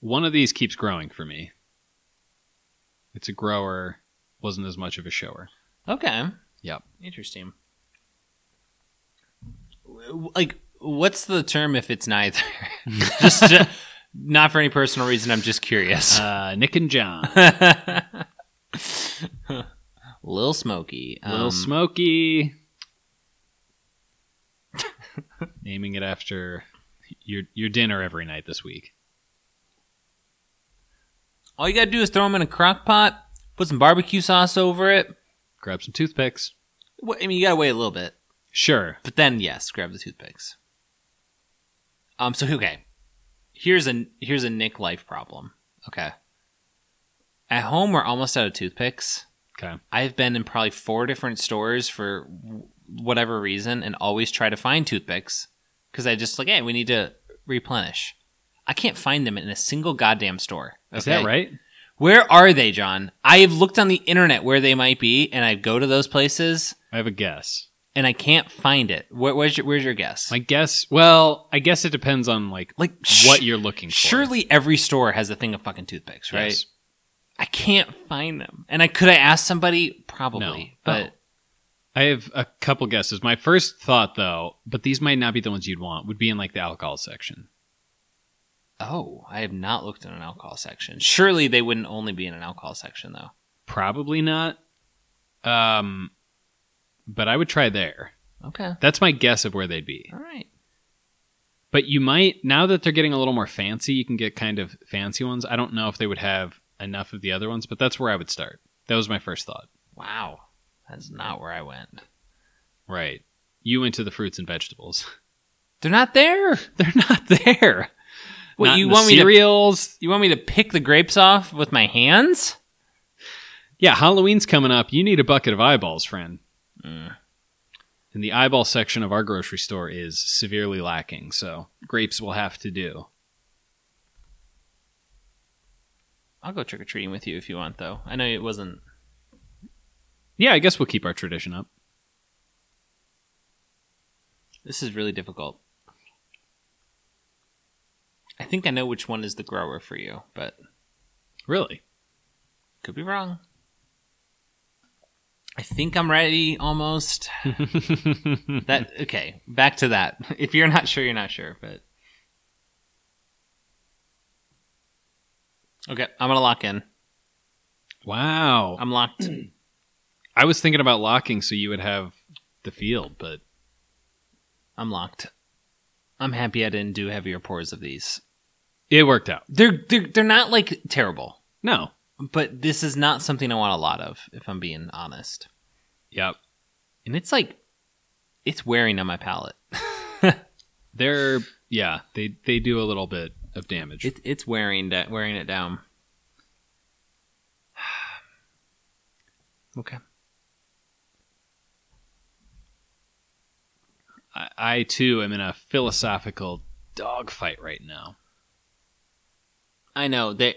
Speaker 2: One of these keeps growing for me. It's a grower, wasn't as much of a shower.
Speaker 1: Okay.
Speaker 2: Yep.
Speaker 1: Interesting. W- Like, what's the term if it's neither? just ju- not for any personal reason. I'm just curious.
Speaker 2: Uh, Nick and John,
Speaker 1: Lil Smoky. Um,
Speaker 2: Little Smoky, naming it after your your dinner every night this week.
Speaker 1: All you gotta do is throw them in a crock pot, put some barbecue sauce over it.
Speaker 2: Grab some toothpicks.
Speaker 1: Wha- I mean, you gotta wait a little bit,
Speaker 2: Sure.
Speaker 1: but then yes, grab the toothpicks. Um. So okay, here's a here's a Nick life problem. Okay. At home, we're almost out of toothpicks.
Speaker 2: Okay.
Speaker 1: I've been in probably four different stores for w- whatever reason and always try to find toothpicks because I just like, hey, we need to replenish. I can't find them in a single goddamn store.
Speaker 2: Is that
Speaker 1: okay?
Speaker 2: right?
Speaker 1: Where are they, John? I have looked on the internet where they might be, and I go to those places
Speaker 2: I have a guess.
Speaker 1: and I can't find it. Where, where's your Where's your guess?
Speaker 2: My guess. Well, I guess it depends on like
Speaker 1: like
Speaker 2: what
Speaker 1: sh-
Speaker 2: you're looking for.
Speaker 1: Surely every store has a thing of fucking toothpicks, right?
Speaker 2: Yes.
Speaker 1: I can't find them, and I could I ask somebody probably,
Speaker 2: No.
Speaker 1: but
Speaker 2: Oh. I have a couple guesses. My first thought, though, but these might not be the ones you'd want, would be in like the alcohol section.
Speaker 1: Oh, I have not looked in an alcohol section. Surely they wouldn't only be in an alcohol section though.
Speaker 2: Probably not. Um, but I would try there.
Speaker 1: Okay.
Speaker 2: That's my guess of where they'd be.
Speaker 1: All right.
Speaker 2: But you might now that they're getting a little more fancy, you can get kind of fancy ones. I don't know if they would have enough of the other ones, but that's where I would start. That was my first thought.
Speaker 1: Wow. That's not where I went.
Speaker 2: Right. You went to the fruits and vegetables.
Speaker 1: They're not there.
Speaker 2: they're not there.
Speaker 1: What
Speaker 2: Not
Speaker 1: you
Speaker 2: in the
Speaker 1: want me to
Speaker 2: cereals?
Speaker 1: You want me to pick the grapes off with my hands?
Speaker 2: Yeah, Halloween's coming up. You need a bucket of eyeballs, friend.
Speaker 1: Mm.
Speaker 2: And the eyeball section of our grocery store is severely lacking, so grapes will have to do.
Speaker 1: I'll go trick or treating with you if you want though. I know it wasn't
Speaker 2: Yeah, I guess we'll keep our tradition up.
Speaker 1: This is really difficult. I think I know which one is the grower for you, but
Speaker 2: Really?
Speaker 1: could be wrong. I think I'm ready almost. That okay. Back to that. If you're not sure, you're not sure. But okay, I'm gonna lock in.
Speaker 2: wow.
Speaker 1: I'm locked.
Speaker 2: Um, I was thinking about locking so you would have the field, but
Speaker 1: I'm locked. I'm happy I didn't do heavier pours of these.
Speaker 2: it worked out.
Speaker 1: They're they're, they're not like terrible,
Speaker 2: No.
Speaker 1: but this is not something I want a lot of. If I'm being honest,
Speaker 2: Yep.
Speaker 1: and it's like it's wearing on my palate.
Speaker 2: They're yeah, they they do a little bit of damage.
Speaker 1: It, it's wearing that wearing it down. okay.
Speaker 2: I, I too am in a philosophical dogfight right now.
Speaker 1: I know that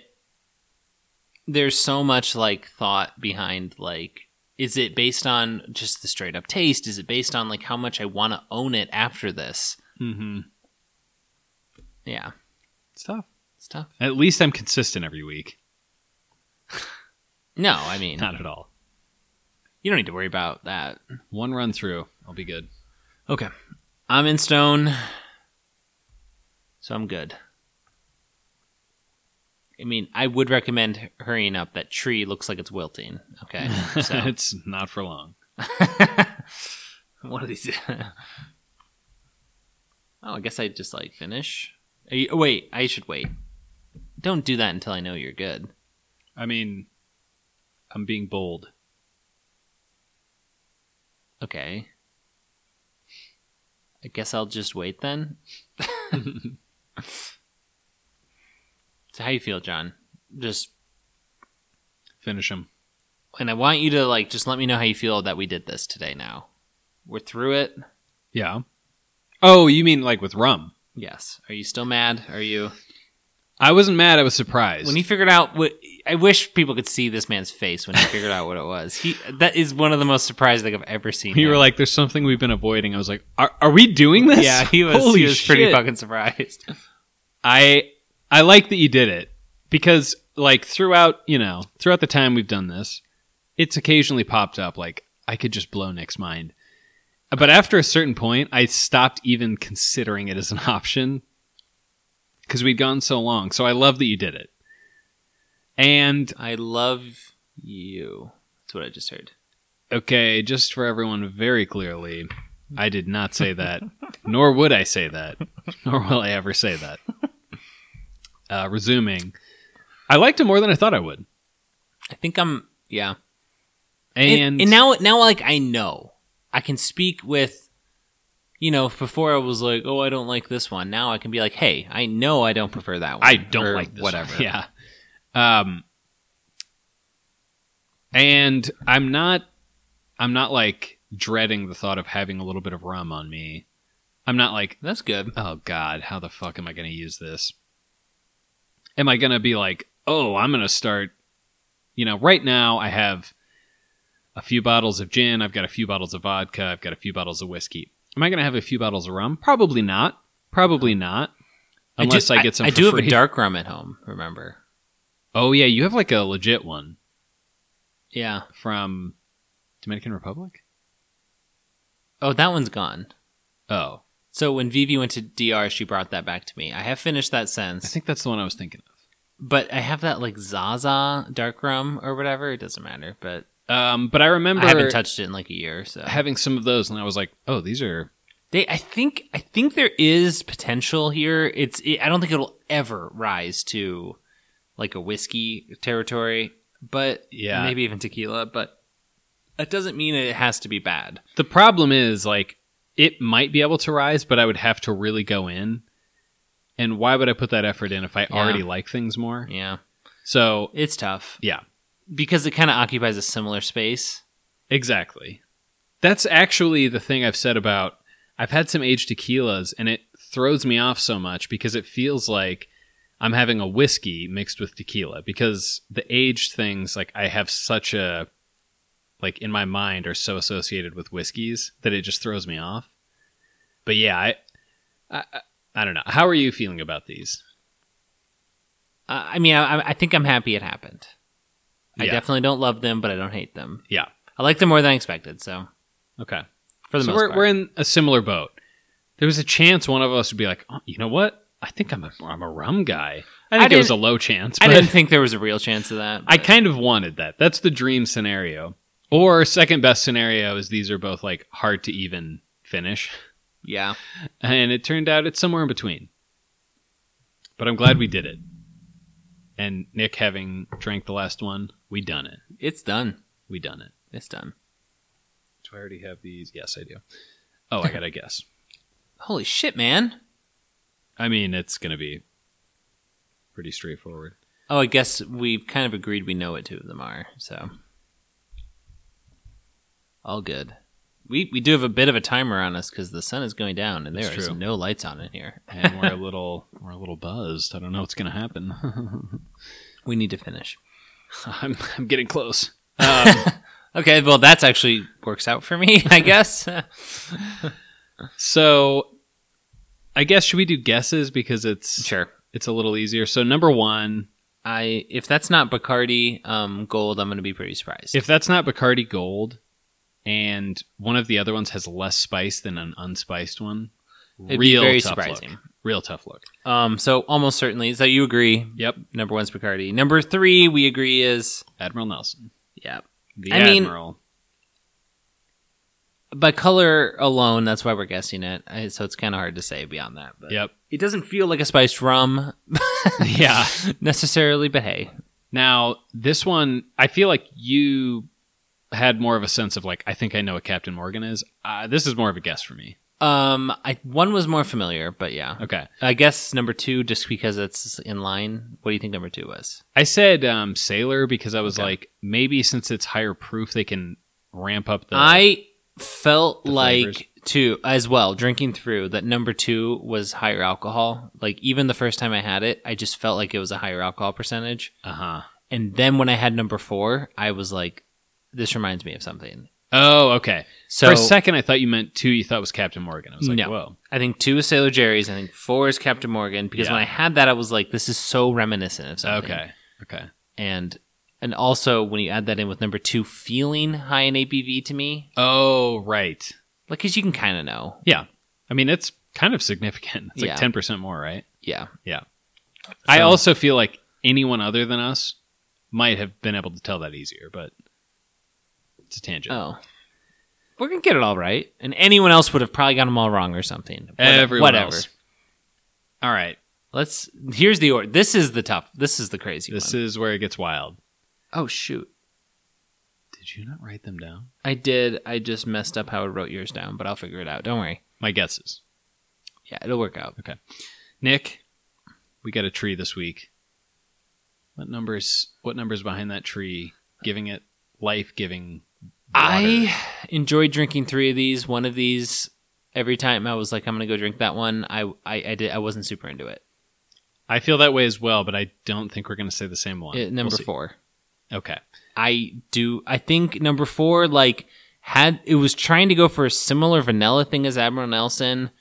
Speaker 1: there's so much like thought behind like is it based on just the straight up taste? Is it based on like how much I want to own it after this?
Speaker 2: Mm-hmm.
Speaker 1: Yeah,
Speaker 2: It's tough.
Speaker 1: it's tough.
Speaker 2: At least I'm consistent every week.
Speaker 1: No, I mean
Speaker 2: Not at all.
Speaker 1: you don't need to worry about that.
Speaker 2: One run through, I'll be good.
Speaker 1: Okay, I'm in stone, so I'm good. I mean, I would recommend hurrying up. That tree looks like it's wilting. Okay, so
Speaker 2: it's not for long.
Speaker 1: one of these. Oh, I guess I just like finish. Are you, oh, wait, I should wait. Don't do that until I know you're good.
Speaker 2: I mean, I'm being bold.
Speaker 1: Okay. I guess I'll just wait then. so how you feel, John? Just
Speaker 2: Finish him.
Speaker 1: and I want you to like just let me know how you feel that we did this today now. We're through it.
Speaker 2: Yeah. Oh, you mean like with rum?
Speaker 1: Yes. Are you still mad? Are you
Speaker 2: I wasn't mad. I was surprised.
Speaker 1: When he figured out what I wish people could see this man's face when he figured out what it was. He that is one of the most surprised things I've ever seen.
Speaker 2: you
Speaker 1: him.
Speaker 2: were like, "There's something we've been avoiding." I was like, "Are, are we doing this?"
Speaker 1: Yeah, he was
Speaker 2: Holy
Speaker 1: he was pretty
Speaker 2: shit.
Speaker 1: fucking surprised.
Speaker 2: I I like that you did it because like throughout you know throughout the time we've done this, it's occasionally popped up like I could just blow Nick's mind, but after a certain point, I stopped even considering it as an option because we'd gone so long. So I love that you did it, and
Speaker 1: I love you. That's what I just heard.
Speaker 2: Okay, just for everyone very clearly, I did not say that, nor would I say that, nor will I ever say that. Uh, resuming, I liked it more than I thought I would,
Speaker 1: I think I'm yeah.
Speaker 2: and,
Speaker 1: and now now like I know. I can speak with you know, before I was like, "Oh, I don't like this one." Now I can be like, "Hey, I know I don't prefer that one."
Speaker 2: I don't
Speaker 1: or
Speaker 2: like this
Speaker 1: whatever.
Speaker 2: one. Yeah, um, and I'm not, I'm not like dreading the thought of having a little bit of rum on me. I'm not like
Speaker 1: That's good.
Speaker 2: oh god how the fuck am i going to use this am i going to be like oh i'm going to start you know right now i have a few bottles of gin i've got a few bottles of vodka i've got a few bottles of whiskey am i going to have a few bottles of rum probably not probably not unless i,
Speaker 1: do-
Speaker 2: get some
Speaker 1: I,
Speaker 2: for
Speaker 1: do
Speaker 2: free.
Speaker 1: have a dark rum at home, remember?
Speaker 2: oh yeah you have like a legit one
Speaker 1: Yeah.
Speaker 2: from dominican republic
Speaker 1: Oh, that one's gone.
Speaker 2: oh
Speaker 1: So when Vivi went to DR, she brought that back to me. I have finished that
Speaker 2: i
Speaker 1: since,
Speaker 2: think that's the one i was thinking of
Speaker 1: but I have that like Zaza dark rum or whatever. It doesn't matter, but
Speaker 2: um, but i remember
Speaker 1: I haven't touched it in like a year. Or so
Speaker 2: having some of those and i was like oh these are
Speaker 1: they, I think, I think there is potential here. It's, it, I don't think it'll ever rise to like a whiskey territory, but
Speaker 2: Yeah.
Speaker 1: maybe even tequila. But that doesn't mean it has to be bad.
Speaker 2: The problem is like it might be able to rise, but I would have to really go in. And why would I put that effort in if I already like things more?
Speaker 1: Yeah,
Speaker 2: So,
Speaker 1: it's tough
Speaker 2: yeah,
Speaker 1: because it kind of occupies a similar space.
Speaker 2: exactly. That's actually the thing I've said about I've had some aged tequilas and it throws me off so much because it feels like I'm having a whiskey mixed with tequila because the aged things like I have such a like in my mind are so associated with whiskeys that it just throws me off. But yeah, I I, I- I don't know. How are you feeling about these?
Speaker 1: Uh, I mean, I, I think I'm happy it happened. I
Speaker 2: Yeah.
Speaker 1: definitely don't love them, but I don't hate them.
Speaker 2: Yeah.
Speaker 1: I like them more than I expected. So
Speaker 2: Okay.
Speaker 1: for the
Speaker 2: so
Speaker 1: most
Speaker 2: we're,
Speaker 1: part,
Speaker 2: we're in a similar boat. There was a chance one of us would be like, oh, you know what? I think I'm a, I'm a rum guy. I think it was a
Speaker 1: didn't-
Speaker 2: low chance.
Speaker 1: I
Speaker 2: but-
Speaker 1: didn't think there was a real chance of that.
Speaker 2: I
Speaker 1: but-
Speaker 2: kind of wanted that. That's the dream scenario. Or second best scenario is these are both like hard to even finish.
Speaker 1: yeah,
Speaker 2: And it turned out it's somewhere in between. But I'm glad we did it. And Nick having drank the last one, we done it.
Speaker 1: it's done.
Speaker 2: We done it.
Speaker 1: It's done.
Speaker 2: Do I already have these? Yes, I do. Oh, I gotta guess.
Speaker 1: Holy shit, man!
Speaker 2: I mean, it's gonna be pretty straightforward.
Speaker 1: Oh, I guess we kind of agreed we know what two of them are. So all good. We we do have a bit of a timer on us because the sun is going down and there
Speaker 2: That's
Speaker 1: is
Speaker 2: true.
Speaker 1: no lights on in here.
Speaker 2: And we're a little we're a little buzzed. I don't know what's gonna happen.
Speaker 1: We need to finish.
Speaker 2: I'm I'm getting close.
Speaker 1: Okay, well that's actually works out for me, I guess.
Speaker 2: So, I guess should we do guesses because it's
Speaker 1: sure.
Speaker 2: it's a little easier. So number one,
Speaker 1: I if that's not Bacardi um, Gold, I'm going to be pretty surprised.
Speaker 2: if that's not Bacardi Gold, and one of the other ones has less spice than an unspiced one,
Speaker 1: It'd be
Speaker 2: real
Speaker 1: very
Speaker 2: tough
Speaker 1: surprising.
Speaker 2: look. Real tough look.
Speaker 1: um, so almost certainly. So you agree?
Speaker 2: Yep,
Speaker 1: Number one's Bacardi. Number three, we agree is
Speaker 2: Admiral Nelson,
Speaker 1: yeah.
Speaker 2: the
Speaker 1: I mean-
Speaker 2: Admiral.
Speaker 1: by color alone, that's why we're guessing it. I- So it's kind of hard to say beyond that. But
Speaker 2: Yep.
Speaker 1: it doesn't feel like a spiced rum
Speaker 2: Yeah.
Speaker 1: necessarily, but hey,
Speaker 2: Now, this one, I feel like you had more of a sense of like, I think I know what Captain Morgan is. Uh, this is more of a guess for me.
Speaker 1: um, I one was more familiar, but yeah,
Speaker 2: Okay.
Speaker 1: I guess number two just because it's in line. What do you think number two was?
Speaker 2: I said um, sailor because I was
Speaker 1: Okay.
Speaker 2: like, maybe since it's higher proof, they can ramp up the.
Speaker 1: I felt
Speaker 2: the
Speaker 1: like
Speaker 2: flavors.
Speaker 1: two as well. Drinking through that number two was higher alcohol. Like even the first time I had it, I just felt like it was a higher alcohol percentage.
Speaker 2: uh huh.
Speaker 1: And then when I had number four, I was like, this reminds me of something.
Speaker 2: Oh, okay.
Speaker 1: So
Speaker 2: For a second, I thought you meant two. You thought was Captain Morgan. I was like,
Speaker 1: No.
Speaker 2: whoa.
Speaker 1: I think two is Sailor Jerry's. I think four is Captain Morgan. Because
Speaker 2: Yeah.
Speaker 1: when I had that, I was like, this is so reminiscent of something.
Speaker 2: Okay. Okay.
Speaker 1: And and also when you add that in with number two, feeling high in ABV to me,
Speaker 2: Oh, right.
Speaker 1: like, because you can kind of know.
Speaker 2: Yeah. I mean, it's kind of significant. It's
Speaker 1: Yeah.
Speaker 2: like ten percent more, right?
Speaker 1: Yeah.
Speaker 2: I
Speaker 1: So-
Speaker 2: also feel like anyone other than us might have been able to tell that easier, but it's a tangent.
Speaker 1: Oh. We're going to get it all right. And anyone else would have probably got them all wrong or something. What-
Speaker 2: Everyone else. All right.
Speaker 1: Let's, here's the order. This is the tough. This is the crazy
Speaker 2: This
Speaker 1: one.
Speaker 2: is where it gets wild.
Speaker 1: oh, shoot.
Speaker 2: Did you not write them down?
Speaker 1: I did. I just messed up how I wrote yours down, but I'll figure it out. Don't worry.
Speaker 2: My guesses.
Speaker 1: Yeah, it'll work out.
Speaker 2: Nick, we got a tree this week. What numbers what numbers behind that tree giving it life giving
Speaker 1: I enjoyed drinking three of these. One of these every time I was like, I'm gonna go drink that one. I I, I did. I wasn't super into it.
Speaker 2: I feel that way as well, but I don't think we're gonna say the same one.
Speaker 1: Uh, number
Speaker 2: We'll see.
Speaker 1: four.
Speaker 2: Okay.
Speaker 1: I do. I think number four like had it was trying to go for a similar vanilla thing as Admiral Nelson.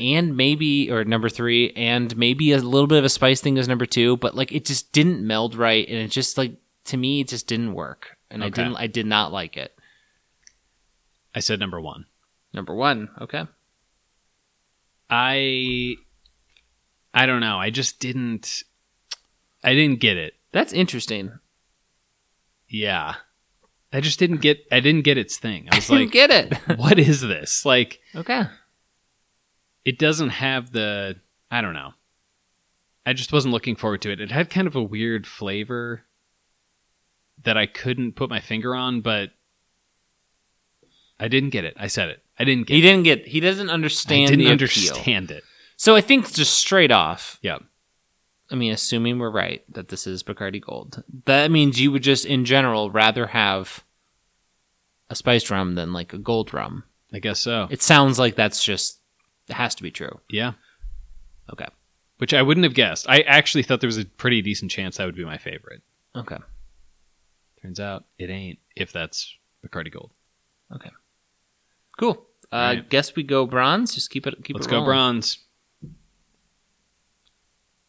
Speaker 1: And maybe, or number three, and maybe a little bit of a spice thing as number two, but like it just didn't meld right, and it just like to me it just didn't work, and I
Speaker 2: Okay.
Speaker 1: didn't, I did not like it.
Speaker 2: I said number one.
Speaker 1: Number one. Okay.
Speaker 2: I I don't know. I just didn't I didn't get it.
Speaker 1: That's interesting.
Speaker 2: Yeah. I just didn't get I didn't get its thing. I was
Speaker 1: I didn't
Speaker 2: like
Speaker 1: get it.
Speaker 2: what is this? Like
Speaker 1: okay.
Speaker 2: it doesn't have the I don't know. I just wasn't looking forward to it. It had kind of a weird flavor that I couldn't put my finger on, but I didn't get it. I said it. I didn't get
Speaker 1: He
Speaker 2: it.
Speaker 1: didn't get he doesn't understand
Speaker 2: I didn't
Speaker 1: the appeal.
Speaker 2: understand it.
Speaker 1: So I think just straight off,
Speaker 2: Yeah.
Speaker 1: I mean, assuming we're right that this is Bacardi Gold, that means you would just in general rather have a spiced rum than like a gold rum.
Speaker 2: I guess so.
Speaker 1: It sounds like that's just it has to be true.
Speaker 2: Yeah.
Speaker 1: Okay.
Speaker 2: Which I wouldn't have guessed. I actually thought there was a pretty decent chance that would be my favorite.
Speaker 1: Okay.
Speaker 2: Turns out it ain't if that's Bacardi Gold.
Speaker 1: Cool. Uh
Speaker 2: Alright.
Speaker 1: guess we go bronze. Just keep it keep
Speaker 2: Let's
Speaker 1: it
Speaker 2: go
Speaker 1: rolling.
Speaker 2: bronze.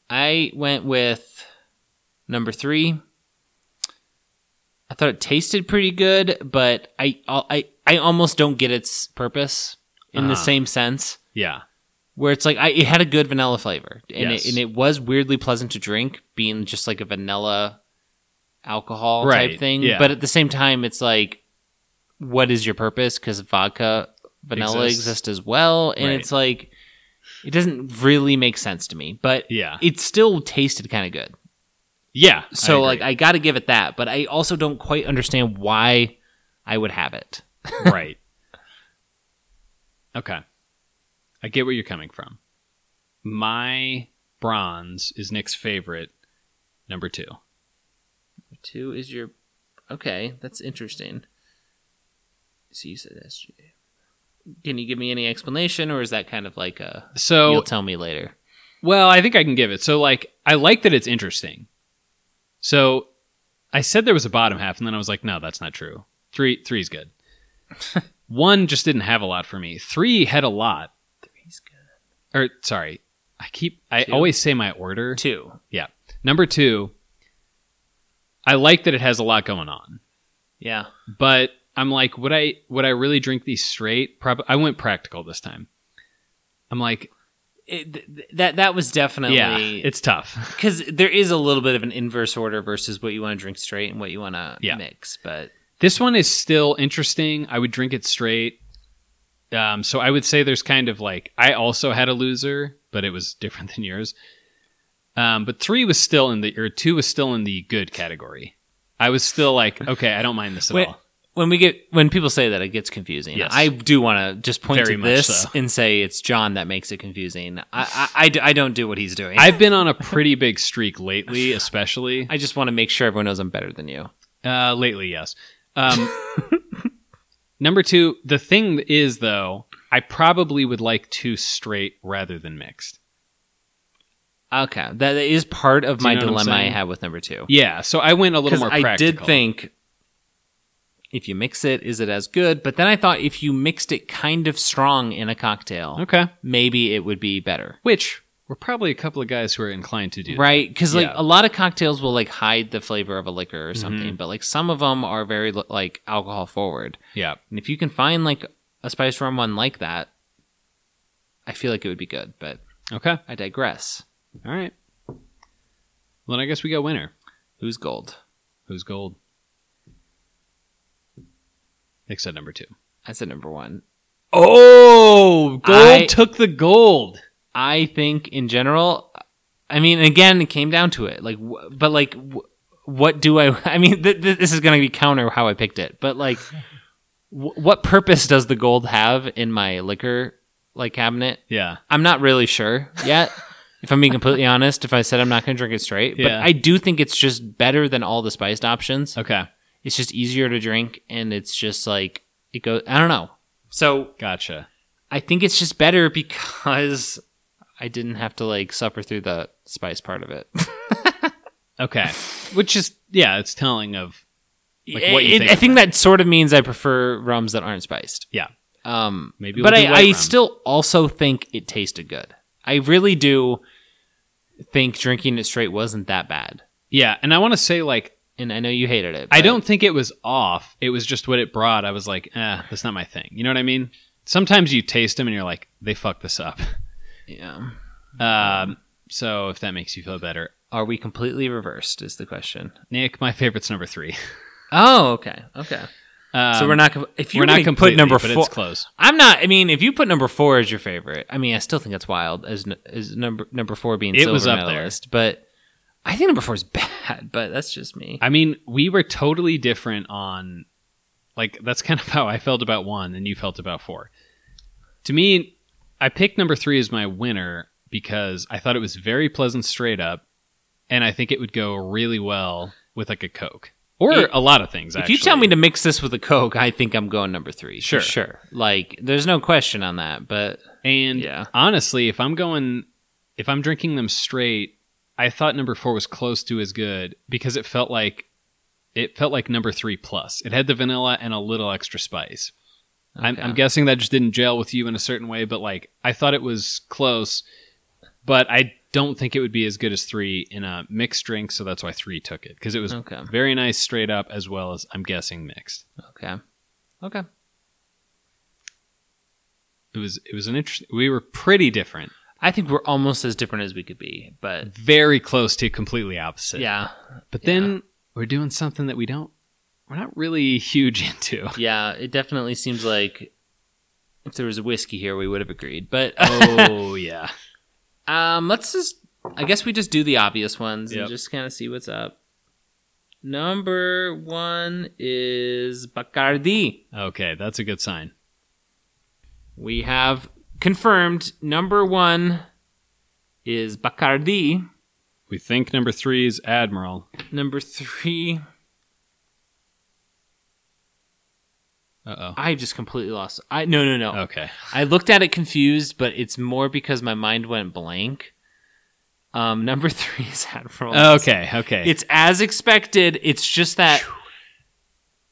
Speaker 1: I went with number three. I thought it tasted pretty good, but I I I almost don't get its purpose in the
Speaker 2: Uh-huh.
Speaker 1: same sense.
Speaker 2: Yeah.
Speaker 1: Where it's like I, it had a good vanilla flavor, and
Speaker 2: Yes.
Speaker 1: it, and it was weirdly pleasant to drink, being just like a vanilla alcohol type
Speaker 2: Right,
Speaker 1: thing.
Speaker 2: yeah.
Speaker 1: But at the same time, it's like, what is your purpose? Because vodka vanilla
Speaker 2: Exists.
Speaker 1: exists. as well, and
Speaker 2: Right.
Speaker 1: it's like it doesn't really make sense to me. But
Speaker 2: Yeah.
Speaker 1: it still tasted kind of good.
Speaker 2: Yeah.
Speaker 1: So
Speaker 2: agree.
Speaker 1: like I got to give it that, but I also don't quite understand why I would have it.
Speaker 2: right. Okay. I get where you're coming from. My bronze is Nick's favorite, number two.
Speaker 1: Two is your okay. That's interesting. So you said SJ. Can you give me any explanation, or is that kind of like a
Speaker 2: So,
Speaker 1: you'll tell me later?
Speaker 2: well, I think I can give it. So, like, I like that it's interesting. So, I said there was a bottom half, and then I was like, no, that's not true. Three, three's good. One just didn't have a lot for me. Three had a lot.
Speaker 1: Three's good.
Speaker 2: Or sorry, I keep I
Speaker 1: Two.
Speaker 2: always say my order.
Speaker 1: Two.
Speaker 2: Number two. I like that it has a lot going on.
Speaker 1: Yeah.
Speaker 2: but I'm like, would I would I really drink these straight? Prob- I went practical this time. I'm like,
Speaker 1: It, th- th- that that was definitely
Speaker 2: yeah, it's tough.
Speaker 1: because there is a little bit of an inverse order versus what you want to drink straight and what you want to
Speaker 2: Yeah.
Speaker 1: mix, but
Speaker 2: This one is still interesting. I would drink it straight. Um, so I would say there's kind of like I also had a loser, but it was different than yours. Um, but three was still in the or two was still in the good category. I was still like, okay, I don't mind this at
Speaker 1: Wait,
Speaker 2: all.
Speaker 1: when we get when people say that it gets confusing
Speaker 2: Yes.
Speaker 1: i do want to just point
Speaker 2: Very
Speaker 1: to
Speaker 2: much
Speaker 1: this
Speaker 2: so.
Speaker 1: and say it's john that makes it confusing I, I, I d- I don't do what he's doing i,
Speaker 2: I've been on a pretty big streak lately, especially
Speaker 1: I just want to make sure everyone knows i'm better than you
Speaker 2: Uh, lately, yes. Um, number two, the thing is though, I probably would like two straight rather than mixed.
Speaker 1: okay that is part of
Speaker 2: Do
Speaker 1: my
Speaker 2: you know what I'm
Speaker 1: dilemma i
Speaker 2: saying?
Speaker 1: had with number two
Speaker 2: Yeah, so I went a little
Speaker 1: because
Speaker 2: more.
Speaker 1: i did
Speaker 2: practical.
Speaker 1: think if you mix it is it as good but then i thought if you mixed it kind of strong in a cocktail
Speaker 2: okay,
Speaker 1: maybe it would be better
Speaker 2: which we're probably a couple of guys who are inclined to do. that.
Speaker 1: Right? Because like
Speaker 2: Yeah. Mm-hmm.
Speaker 1: a lot of cocktails will like hide the flavor of a liquor or something, but like some of them are very like alcohol forward.
Speaker 2: Yeah,
Speaker 1: And if you can find like a spice rum one like that, I feel like it would be good. But
Speaker 2: Okay.
Speaker 1: I digress.
Speaker 2: All right. Well, then I guess we got winner.
Speaker 1: Who's gold?
Speaker 2: Who's gold? Except number two.
Speaker 1: I said number one.
Speaker 2: Oh, gold
Speaker 1: I-
Speaker 2: took the gold.
Speaker 1: I think in general, I mean, again, it came down to it. Like, wh- but like, wh- what do I? I mean, th- th- this is going to be counter how I picked it. But like, wh- what purpose does the gold have in my liquor like cabinet?
Speaker 2: Yeah.
Speaker 1: I'm not really sure yet. if I'm being completely honest, if I said I'm not going to drink it straight,
Speaker 2: Yeah.
Speaker 1: but I do think it's just better than all the spiced options.
Speaker 2: Okay.
Speaker 1: It's just easier to drink, and it's just like it goes. I don't know. So
Speaker 2: Gotcha.
Speaker 1: I think it's just better because I didn't have to like suffer through the spice part of it.
Speaker 2: Okay. Which is yeah, it's telling of Like, what you
Speaker 1: It-
Speaker 2: think
Speaker 1: I think that sort of means I prefer rums that aren't spiced.
Speaker 2: Yeah.
Speaker 1: Um,
Speaker 2: Maybe
Speaker 1: but
Speaker 2: we'll do
Speaker 1: I,
Speaker 2: white
Speaker 1: I
Speaker 2: rum.
Speaker 1: still also think it tasted good. I really do think drinking it straight wasn't that bad.
Speaker 2: yeah, and I want to say like
Speaker 1: and I know you hated it.
Speaker 2: I
Speaker 1: but-
Speaker 2: don't think it was off. It was just what it brought. I was like, eh, that's not my thing. You know what I mean? Sometimes you taste them and you're like, they fucked this up.
Speaker 1: Yeah.
Speaker 2: Um, so if that makes you feel better,
Speaker 1: Are we completely reversed? Is the question.
Speaker 2: Nick, my favorite's number three.
Speaker 1: Oh, okay, okay.
Speaker 2: Um,
Speaker 1: so we're not. com- If you
Speaker 2: we're not
Speaker 1: really put
Speaker 2: completely,
Speaker 1: number
Speaker 2: but
Speaker 1: four,
Speaker 2: it's close.
Speaker 1: I'm not. I mean, if you put number four as your favorite, I mean, I still think that's wild. As n- as number number four being
Speaker 2: It
Speaker 1: silver
Speaker 2: was up
Speaker 1: medalist, but I think number four is bad. But that's just me.
Speaker 2: I mean, we were totally different on, like, that's kind of how I felt about one and you felt about four. To me, I picked number three as my winner because I thought it was very pleasant straight up, and I think it would go really well with like a Coke or
Speaker 1: It-
Speaker 2: a lot of things.
Speaker 1: if you tell me to mix this with a coke, I think I'm going number three. for
Speaker 2: Sure.
Speaker 1: sure. Like, there's no question on that. But
Speaker 2: and
Speaker 1: Yeah.
Speaker 2: honestly, if I'm going, if I'm drinking them straight, I thought number four was close to as good because it felt like. It felt like number three plus. It had the vanilla and a little extra spice. I'm,
Speaker 1: okay.
Speaker 2: I'm guessing that just didn't gel with you in a certain way, but like I thought it was close, but I don't think it would be as good as three in a mixed drink, so that's why three took it because it was
Speaker 1: okay.
Speaker 2: very nice straight up as well as I'm guessing mixed.
Speaker 1: Okay. Okay.
Speaker 2: It was it was an interesting. We were pretty different,
Speaker 1: I think we're almost as different as we could be, but
Speaker 2: very close to completely opposite.
Speaker 1: yeah,
Speaker 2: but then we're doing something that we don't. We're not really huge into.
Speaker 1: yeah, it definitely seems like if there was a whiskey here, we would have agreed. But
Speaker 2: oh yeah,
Speaker 1: um, let's just, I guess we just do the obvious ones
Speaker 2: Yep.
Speaker 1: and just kind of see what's up. Number one is Bacardi.
Speaker 2: okay, that's a good sign.
Speaker 1: We have confirmed number one is Bacardi.
Speaker 2: We think number three is Admiral.
Speaker 1: Number three,
Speaker 2: Uh
Speaker 1: I just completely lost. I no no no.
Speaker 2: oh. Okay.
Speaker 1: I looked at it confused, but it's more because my mind went blank. Um, number three is Admiral.
Speaker 2: Oh, Okay. Okay.
Speaker 1: Oh, It's as expected. It's just that,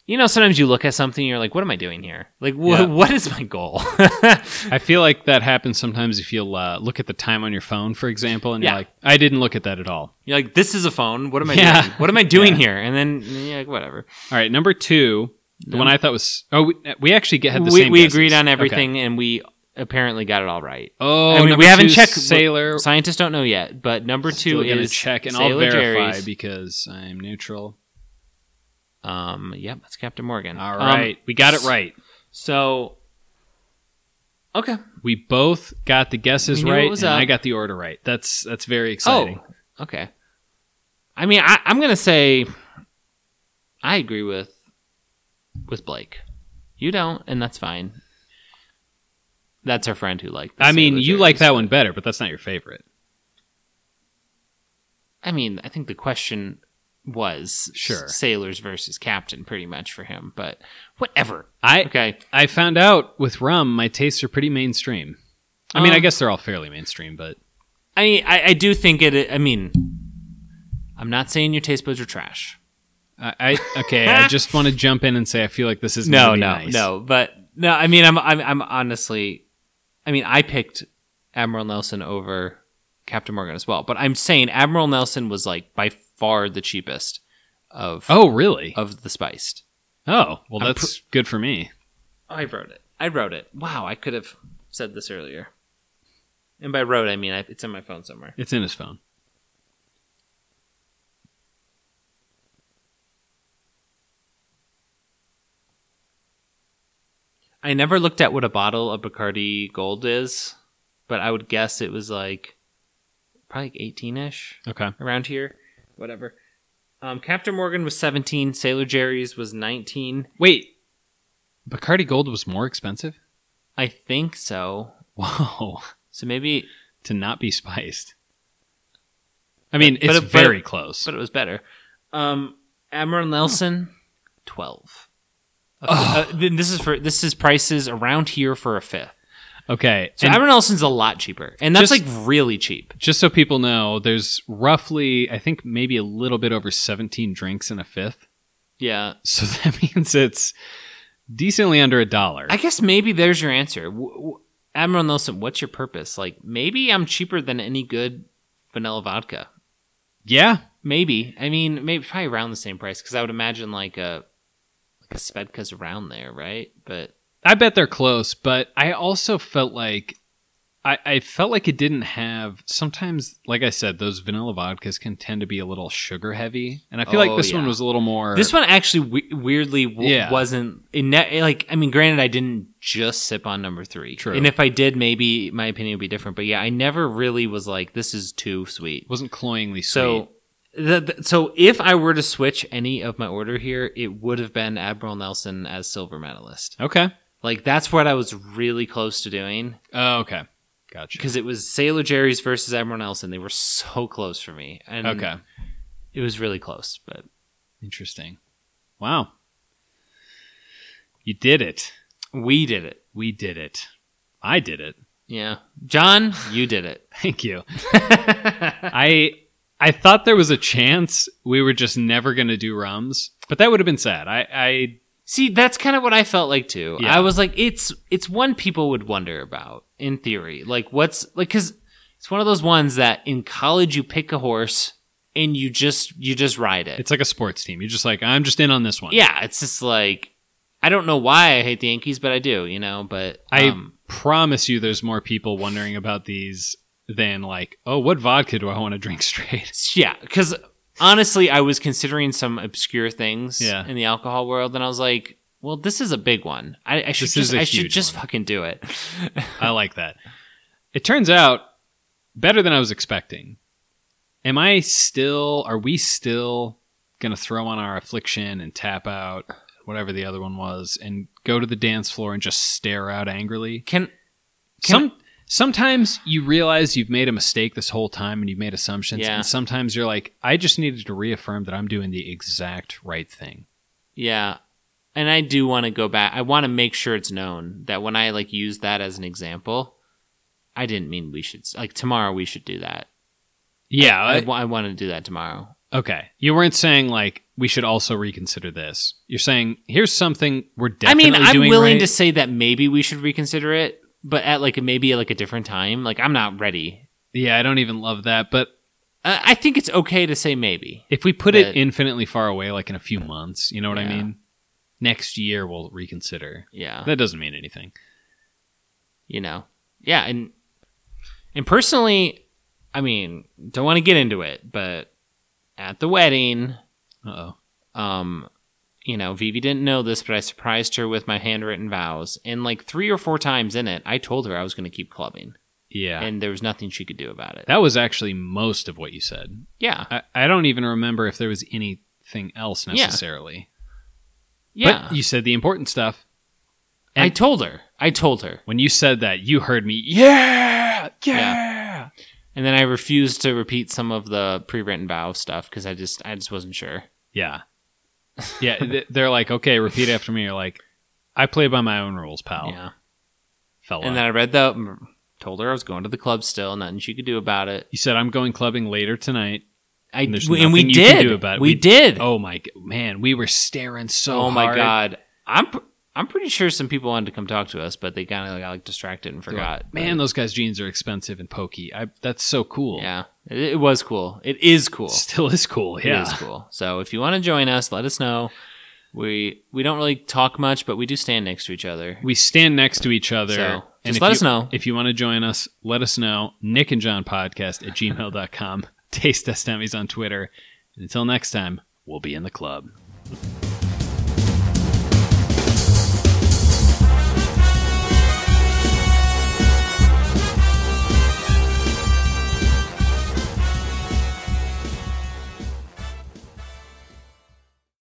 Speaker 1: you know, sometimes you look at something and you're like, what am I doing here? Like, wh-
Speaker 2: Yeah.
Speaker 1: what is my goal?
Speaker 2: I feel like that happens sometimes if you'll uh, look at the time on your phone, for example, and
Speaker 1: Yeah.
Speaker 2: you're like, I didn't look at that at all.
Speaker 1: you're like, this is a phone. What am I
Speaker 2: Yeah.
Speaker 1: doing? What am I doing
Speaker 2: Yeah.
Speaker 1: here? And then you're like, whatever.
Speaker 2: All right, number two, the one I thought was, oh, we, we actually get, had the
Speaker 1: we
Speaker 2: same
Speaker 1: we
Speaker 2: guesses.
Speaker 1: agreed on
Speaker 2: Okay.
Speaker 1: everything and we apparently got it all right.
Speaker 2: Oh,
Speaker 1: I mean,
Speaker 2: number
Speaker 1: we haven't
Speaker 2: two,
Speaker 1: checked-
Speaker 2: Sailor.
Speaker 1: Scientists don't know yet, but number two
Speaker 2: Still gonna
Speaker 1: is
Speaker 2: check and I'll
Speaker 1: Sailor
Speaker 2: verify
Speaker 1: Jerry's.
Speaker 2: because I'm neutral.
Speaker 1: Um, yep, that's Captain Morgan.
Speaker 2: All
Speaker 1: Um,
Speaker 2: right, we got it right.
Speaker 1: so, okay.
Speaker 2: We both got the guesses
Speaker 1: We knew it
Speaker 2: right,
Speaker 1: was
Speaker 2: and
Speaker 1: up.
Speaker 2: I got the order right. That's that's very exciting.
Speaker 1: Oh, okay. I mean, I, I'm gonna say I agree with with Blake. You don't, and that's fine. That's our friend who liked. the
Speaker 2: I mean,
Speaker 1: Sailor
Speaker 2: you
Speaker 1: Jerry's.
Speaker 2: like that one better, but that's not your favorite.
Speaker 1: I mean, I think the question was
Speaker 2: Sure.
Speaker 1: sailors versus captain, pretty much for him. But whatever.
Speaker 2: I
Speaker 1: Okay.
Speaker 2: I found out with rum, my tastes are pretty mainstream. I mean, I
Speaker 1: Um,
Speaker 2: guess they're all fairly mainstream, but
Speaker 1: I mean, I, I do think it. I mean, I'm not saying your taste buds are trash.
Speaker 2: I, I okay. I just want to jump in and say I feel like this is
Speaker 1: no,
Speaker 2: gonna be
Speaker 1: no,
Speaker 2: nice.
Speaker 1: no. But no, I mean, I'm, I'm, I'm honestly, I mean, I picked Admiral Nelson over Captain Morgan as well. But I'm saying Admiral Nelson was like by far the cheapest of
Speaker 2: Oh, really?
Speaker 1: of the spiced.
Speaker 2: Oh, well,
Speaker 1: Uh, I'm
Speaker 2: that's good for me.
Speaker 1: I wrote it. I wrote it. Wow, I could have said this earlier. And by wrote, I mean I, it's in my phone somewhere.
Speaker 2: It's in his phone.
Speaker 1: I never looked at what a bottle of Bacardi Gold is, but I would guess it was like probably eighteen ish.
Speaker 2: Okay.
Speaker 1: around here, whatever. Um, Captain Morgan was 17, Sailor Jerry's was 19.
Speaker 2: Wait, Bacardi Gold was more expensive.
Speaker 1: I think so.
Speaker 2: Whoa,
Speaker 1: So maybe,
Speaker 2: to not be spiced. I mean,
Speaker 1: But- but
Speaker 2: it's
Speaker 1: it- but
Speaker 2: very
Speaker 1: it-
Speaker 2: close.
Speaker 1: but it was better. Um, Admiral Nelson, 12. A fi-
Speaker 2: Ugh.
Speaker 1: uh, then this is for this is prices around here for a fifth.
Speaker 2: okay,
Speaker 1: So
Speaker 2: and
Speaker 1: Admiral Nelson's a lot cheaper, and that's
Speaker 2: Just-
Speaker 1: like really cheap.
Speaker 2: just so people know, there's roughly, I think, maybe a little bit over 17 drinks in a fifth.
Speaker 1: Yeah,
Speaker 2: So that means it's decently under a dollar.
Speaker 1: I guess maybe there's your answer, w- w- Admiral Nelson. What's your purpose? Like maybe I'm cheaper than any good vanilla vodka.
Speaker 2: Yeah,
Speaker 1: Maybe. I mean, maybe probably around the same price because I would imagine like a like a Svedka's around there, right? But
Speaker 2: I bet they're close, but I also felt like I, I felt like it didn't have sometimes like I said, those vanilla vodkas can tend to be a little sugar heavy. And I feel like
Speaker 1: Oh,
Speaker 2: this
Speaker 1: yeah.
Speaker 2: one was a little more
Speaker 1: this one actually we- weirdly w-
Speaker 2: Yeah.
Speaker 1: wasn't. It ne- like, I mean, granted, I didn't just sip on number three.
Speaker 2: True.
Speaker 1: And if I did, maybe my opinion would be different. But yeah, I never really was like, this is too sweet.
Speaker 2: wasn't cloyingly sweet.
Speaker 1: So. The, the- so if I were to switch any of my order here, it would have been Admiral Nelson as silver medalist.
Speaker 2: Okay.
Speaker 1: Like that's what I was really close to doing.
Speaker 2: Oh, okay. Gotcha.
Speaker 1: because it was Sailor Jerry's versus Admiral Nelson. They were so close for me, and
Speaker 2: Okay.
Speaker 1: it was really close. But
Speaker 2: Interesting. Wow. You did it.
Speaker 1: we did it.
Speaker 2: We did it. I did it.
Speaker 1: Yeah, John, you did it.
Speaker 2: Thank you. I I thought there was a chance we were just never gonna do rums, but that would have been sad. I, I
Speaker 1: See, that's kind of what I felt like too.
Speaker 2: Yeah.
Speaker 1: I was like, it's it's one people would wonder about in theory. Like, what's like because it's one of those ones that in college you pick a horse and you just you just ride it.
Speaker 2: It's like a sports team. You're just like, I'm just in on this one.
Speaker 1: yeah, it's just like I don't know why I hate the Yankees, but I do. You know, but
Speaker 2: I
Speaker 1: um,
Speaker 2: promise you there's more people wondering about these than like, oh, what vodka do I want to drink straight?
Speaker 1: Yeah, because honestly, I was considering some obscure things
Speaker 2: Yeah.
Speaker 1: in the alcohol world, and I was like, "Well, this is a big one. I, I should
Speaker 2: This is
Speaker 1: just,
Speaker 2: a
Speaker 1: I should
Speaker 2: huge
Speaker 1: just
Speaker 2: one.
Speaker 1: fucking do it."
Speaker 2: I like that. It turns out better than I was expecting. Am I still are we still gonna throw on our affliction and tap out whatever the other one was and go to the dance floor and just stare out angrily?
Speaker 1: Can
Speaker 2: Some sometimes you realize you've made a mistake this whole time and you've made assumptions
Speaker 1: Yeah.
Speaker 2: and sometimes you're like, I just needed to reaffirm that I'm doing the exact right thing.
Speaker 1: yeah, and I do want to go back. I want to make sure it's known that when I like use that as an example, I didn't mean we should like tomorrow we should do that.
Speaker 2: Yeah,
Speaker 1: I, wa- I want to do that tomorrow.
Speaker 2: Okay. You weren't saying like we should also reconsider this. You're saying here's something we're
Speaker 1: I
Speaker 2: definitely
Speaker 1: mean, I'm
Speaker 2: doing
Speaker 1: willing
Speaker 2: right.
Speaker 1: to say that maybe we should reconsider it, but at like maybe at like a different time. Like I'm not ready.
Speaker 2: Yeah, I don't even love that, but
Speaker 1: Uh, I think it's okay to say maybe.
Speaker 2: if we put
Speaker 1: That-
Speaker 2: it infinitely far away like in a few months, you know what I
Speaker 1: Yeah.
Speaker 2: mean? Next year we'll reconsider.
Speaker 1: Yeah.
Speaker 2: That doesn't mean anything.
Speaker 1: you know yeah and and personally i mean don't want to get into it but at the wedding
Speaker 2: Uh-oh.
Speaker 1: um you know, Vivi didn't know this, but I surprised her with my handwritten vows. And like three or four times in it, I told her I was going to keep clubbing,
Speaker 2: Yeah.
Speaker 1: and there was nothing she could do about it.
Speaker 2: that was actually most of what you said.
Speaker 1: yeah,
Speaker 2: I, I don't even remember if there was anything else
Speaker 1: Yeah.
Speaker 2: necessarily.
Speaker 1: yeah.
Speaker 2: But you said the important stuff.
Speaker 1: I told her. I told her,
Speaker 2: When you said that, you heard me, yeah, yeah.
Speaker 1: and then I refused to repeat some of the pre-written vow stuff because I just, I just wasn't sure.
Speaker 2: Yeah. Yeah. th- They're like, okay, repeat after me. You're like, I play by my own rules, pal.
Speaker 1: Yeah.
Speaker 2: Fella.
Speaker 1: And then I read the, told her I was going to the club still, nothing she could do about it.
Speaker 2: you said, I'm going clubbing later tonight.
Speaker 1: I
Speaker 2: And there's
Speaker 1: w- and we
Speaker 2: nothing you can
Speaker 1: did.
Speaker 2: do about it.
Speaker 1: We,
Speaker 2: We-
Speaker 1: did. Oh,
Speaker 2: Oh my, g- man, we were staring so
Speaker 1: my
Speaker 2: hard.
Speaker 1: god, I'm pr- I'm pretty sure some people wanted to come talk to us, but they kind of got like distracted and
Speaker 2: They're like,
Speaker 1: forgot.
Speaker 2: Man,
Speaker 1: But,
Speaker 2: those guys' jeans are expensive and pokey. I, that's so cool.
Speaker 1: yeah, it, it was cool. It is cool.
Speaker 2: Still is cool. Yeah.
Speaker 1: It is cool. So if you want to join us, let us know. We we don't really talk much, but we do stand next to each other.
Speaker 2: We stand next to each other.
Speaker 1: So, just
Speaker 2: if
Speaker 1: let
Speaker 2: you-
Speaker 1: us know.
Speaker 2: If you want to join us, let us know. Nick and John podcast at gmail.com. Taste Test Dummies on Twitter. And until next time, we'll be in the club.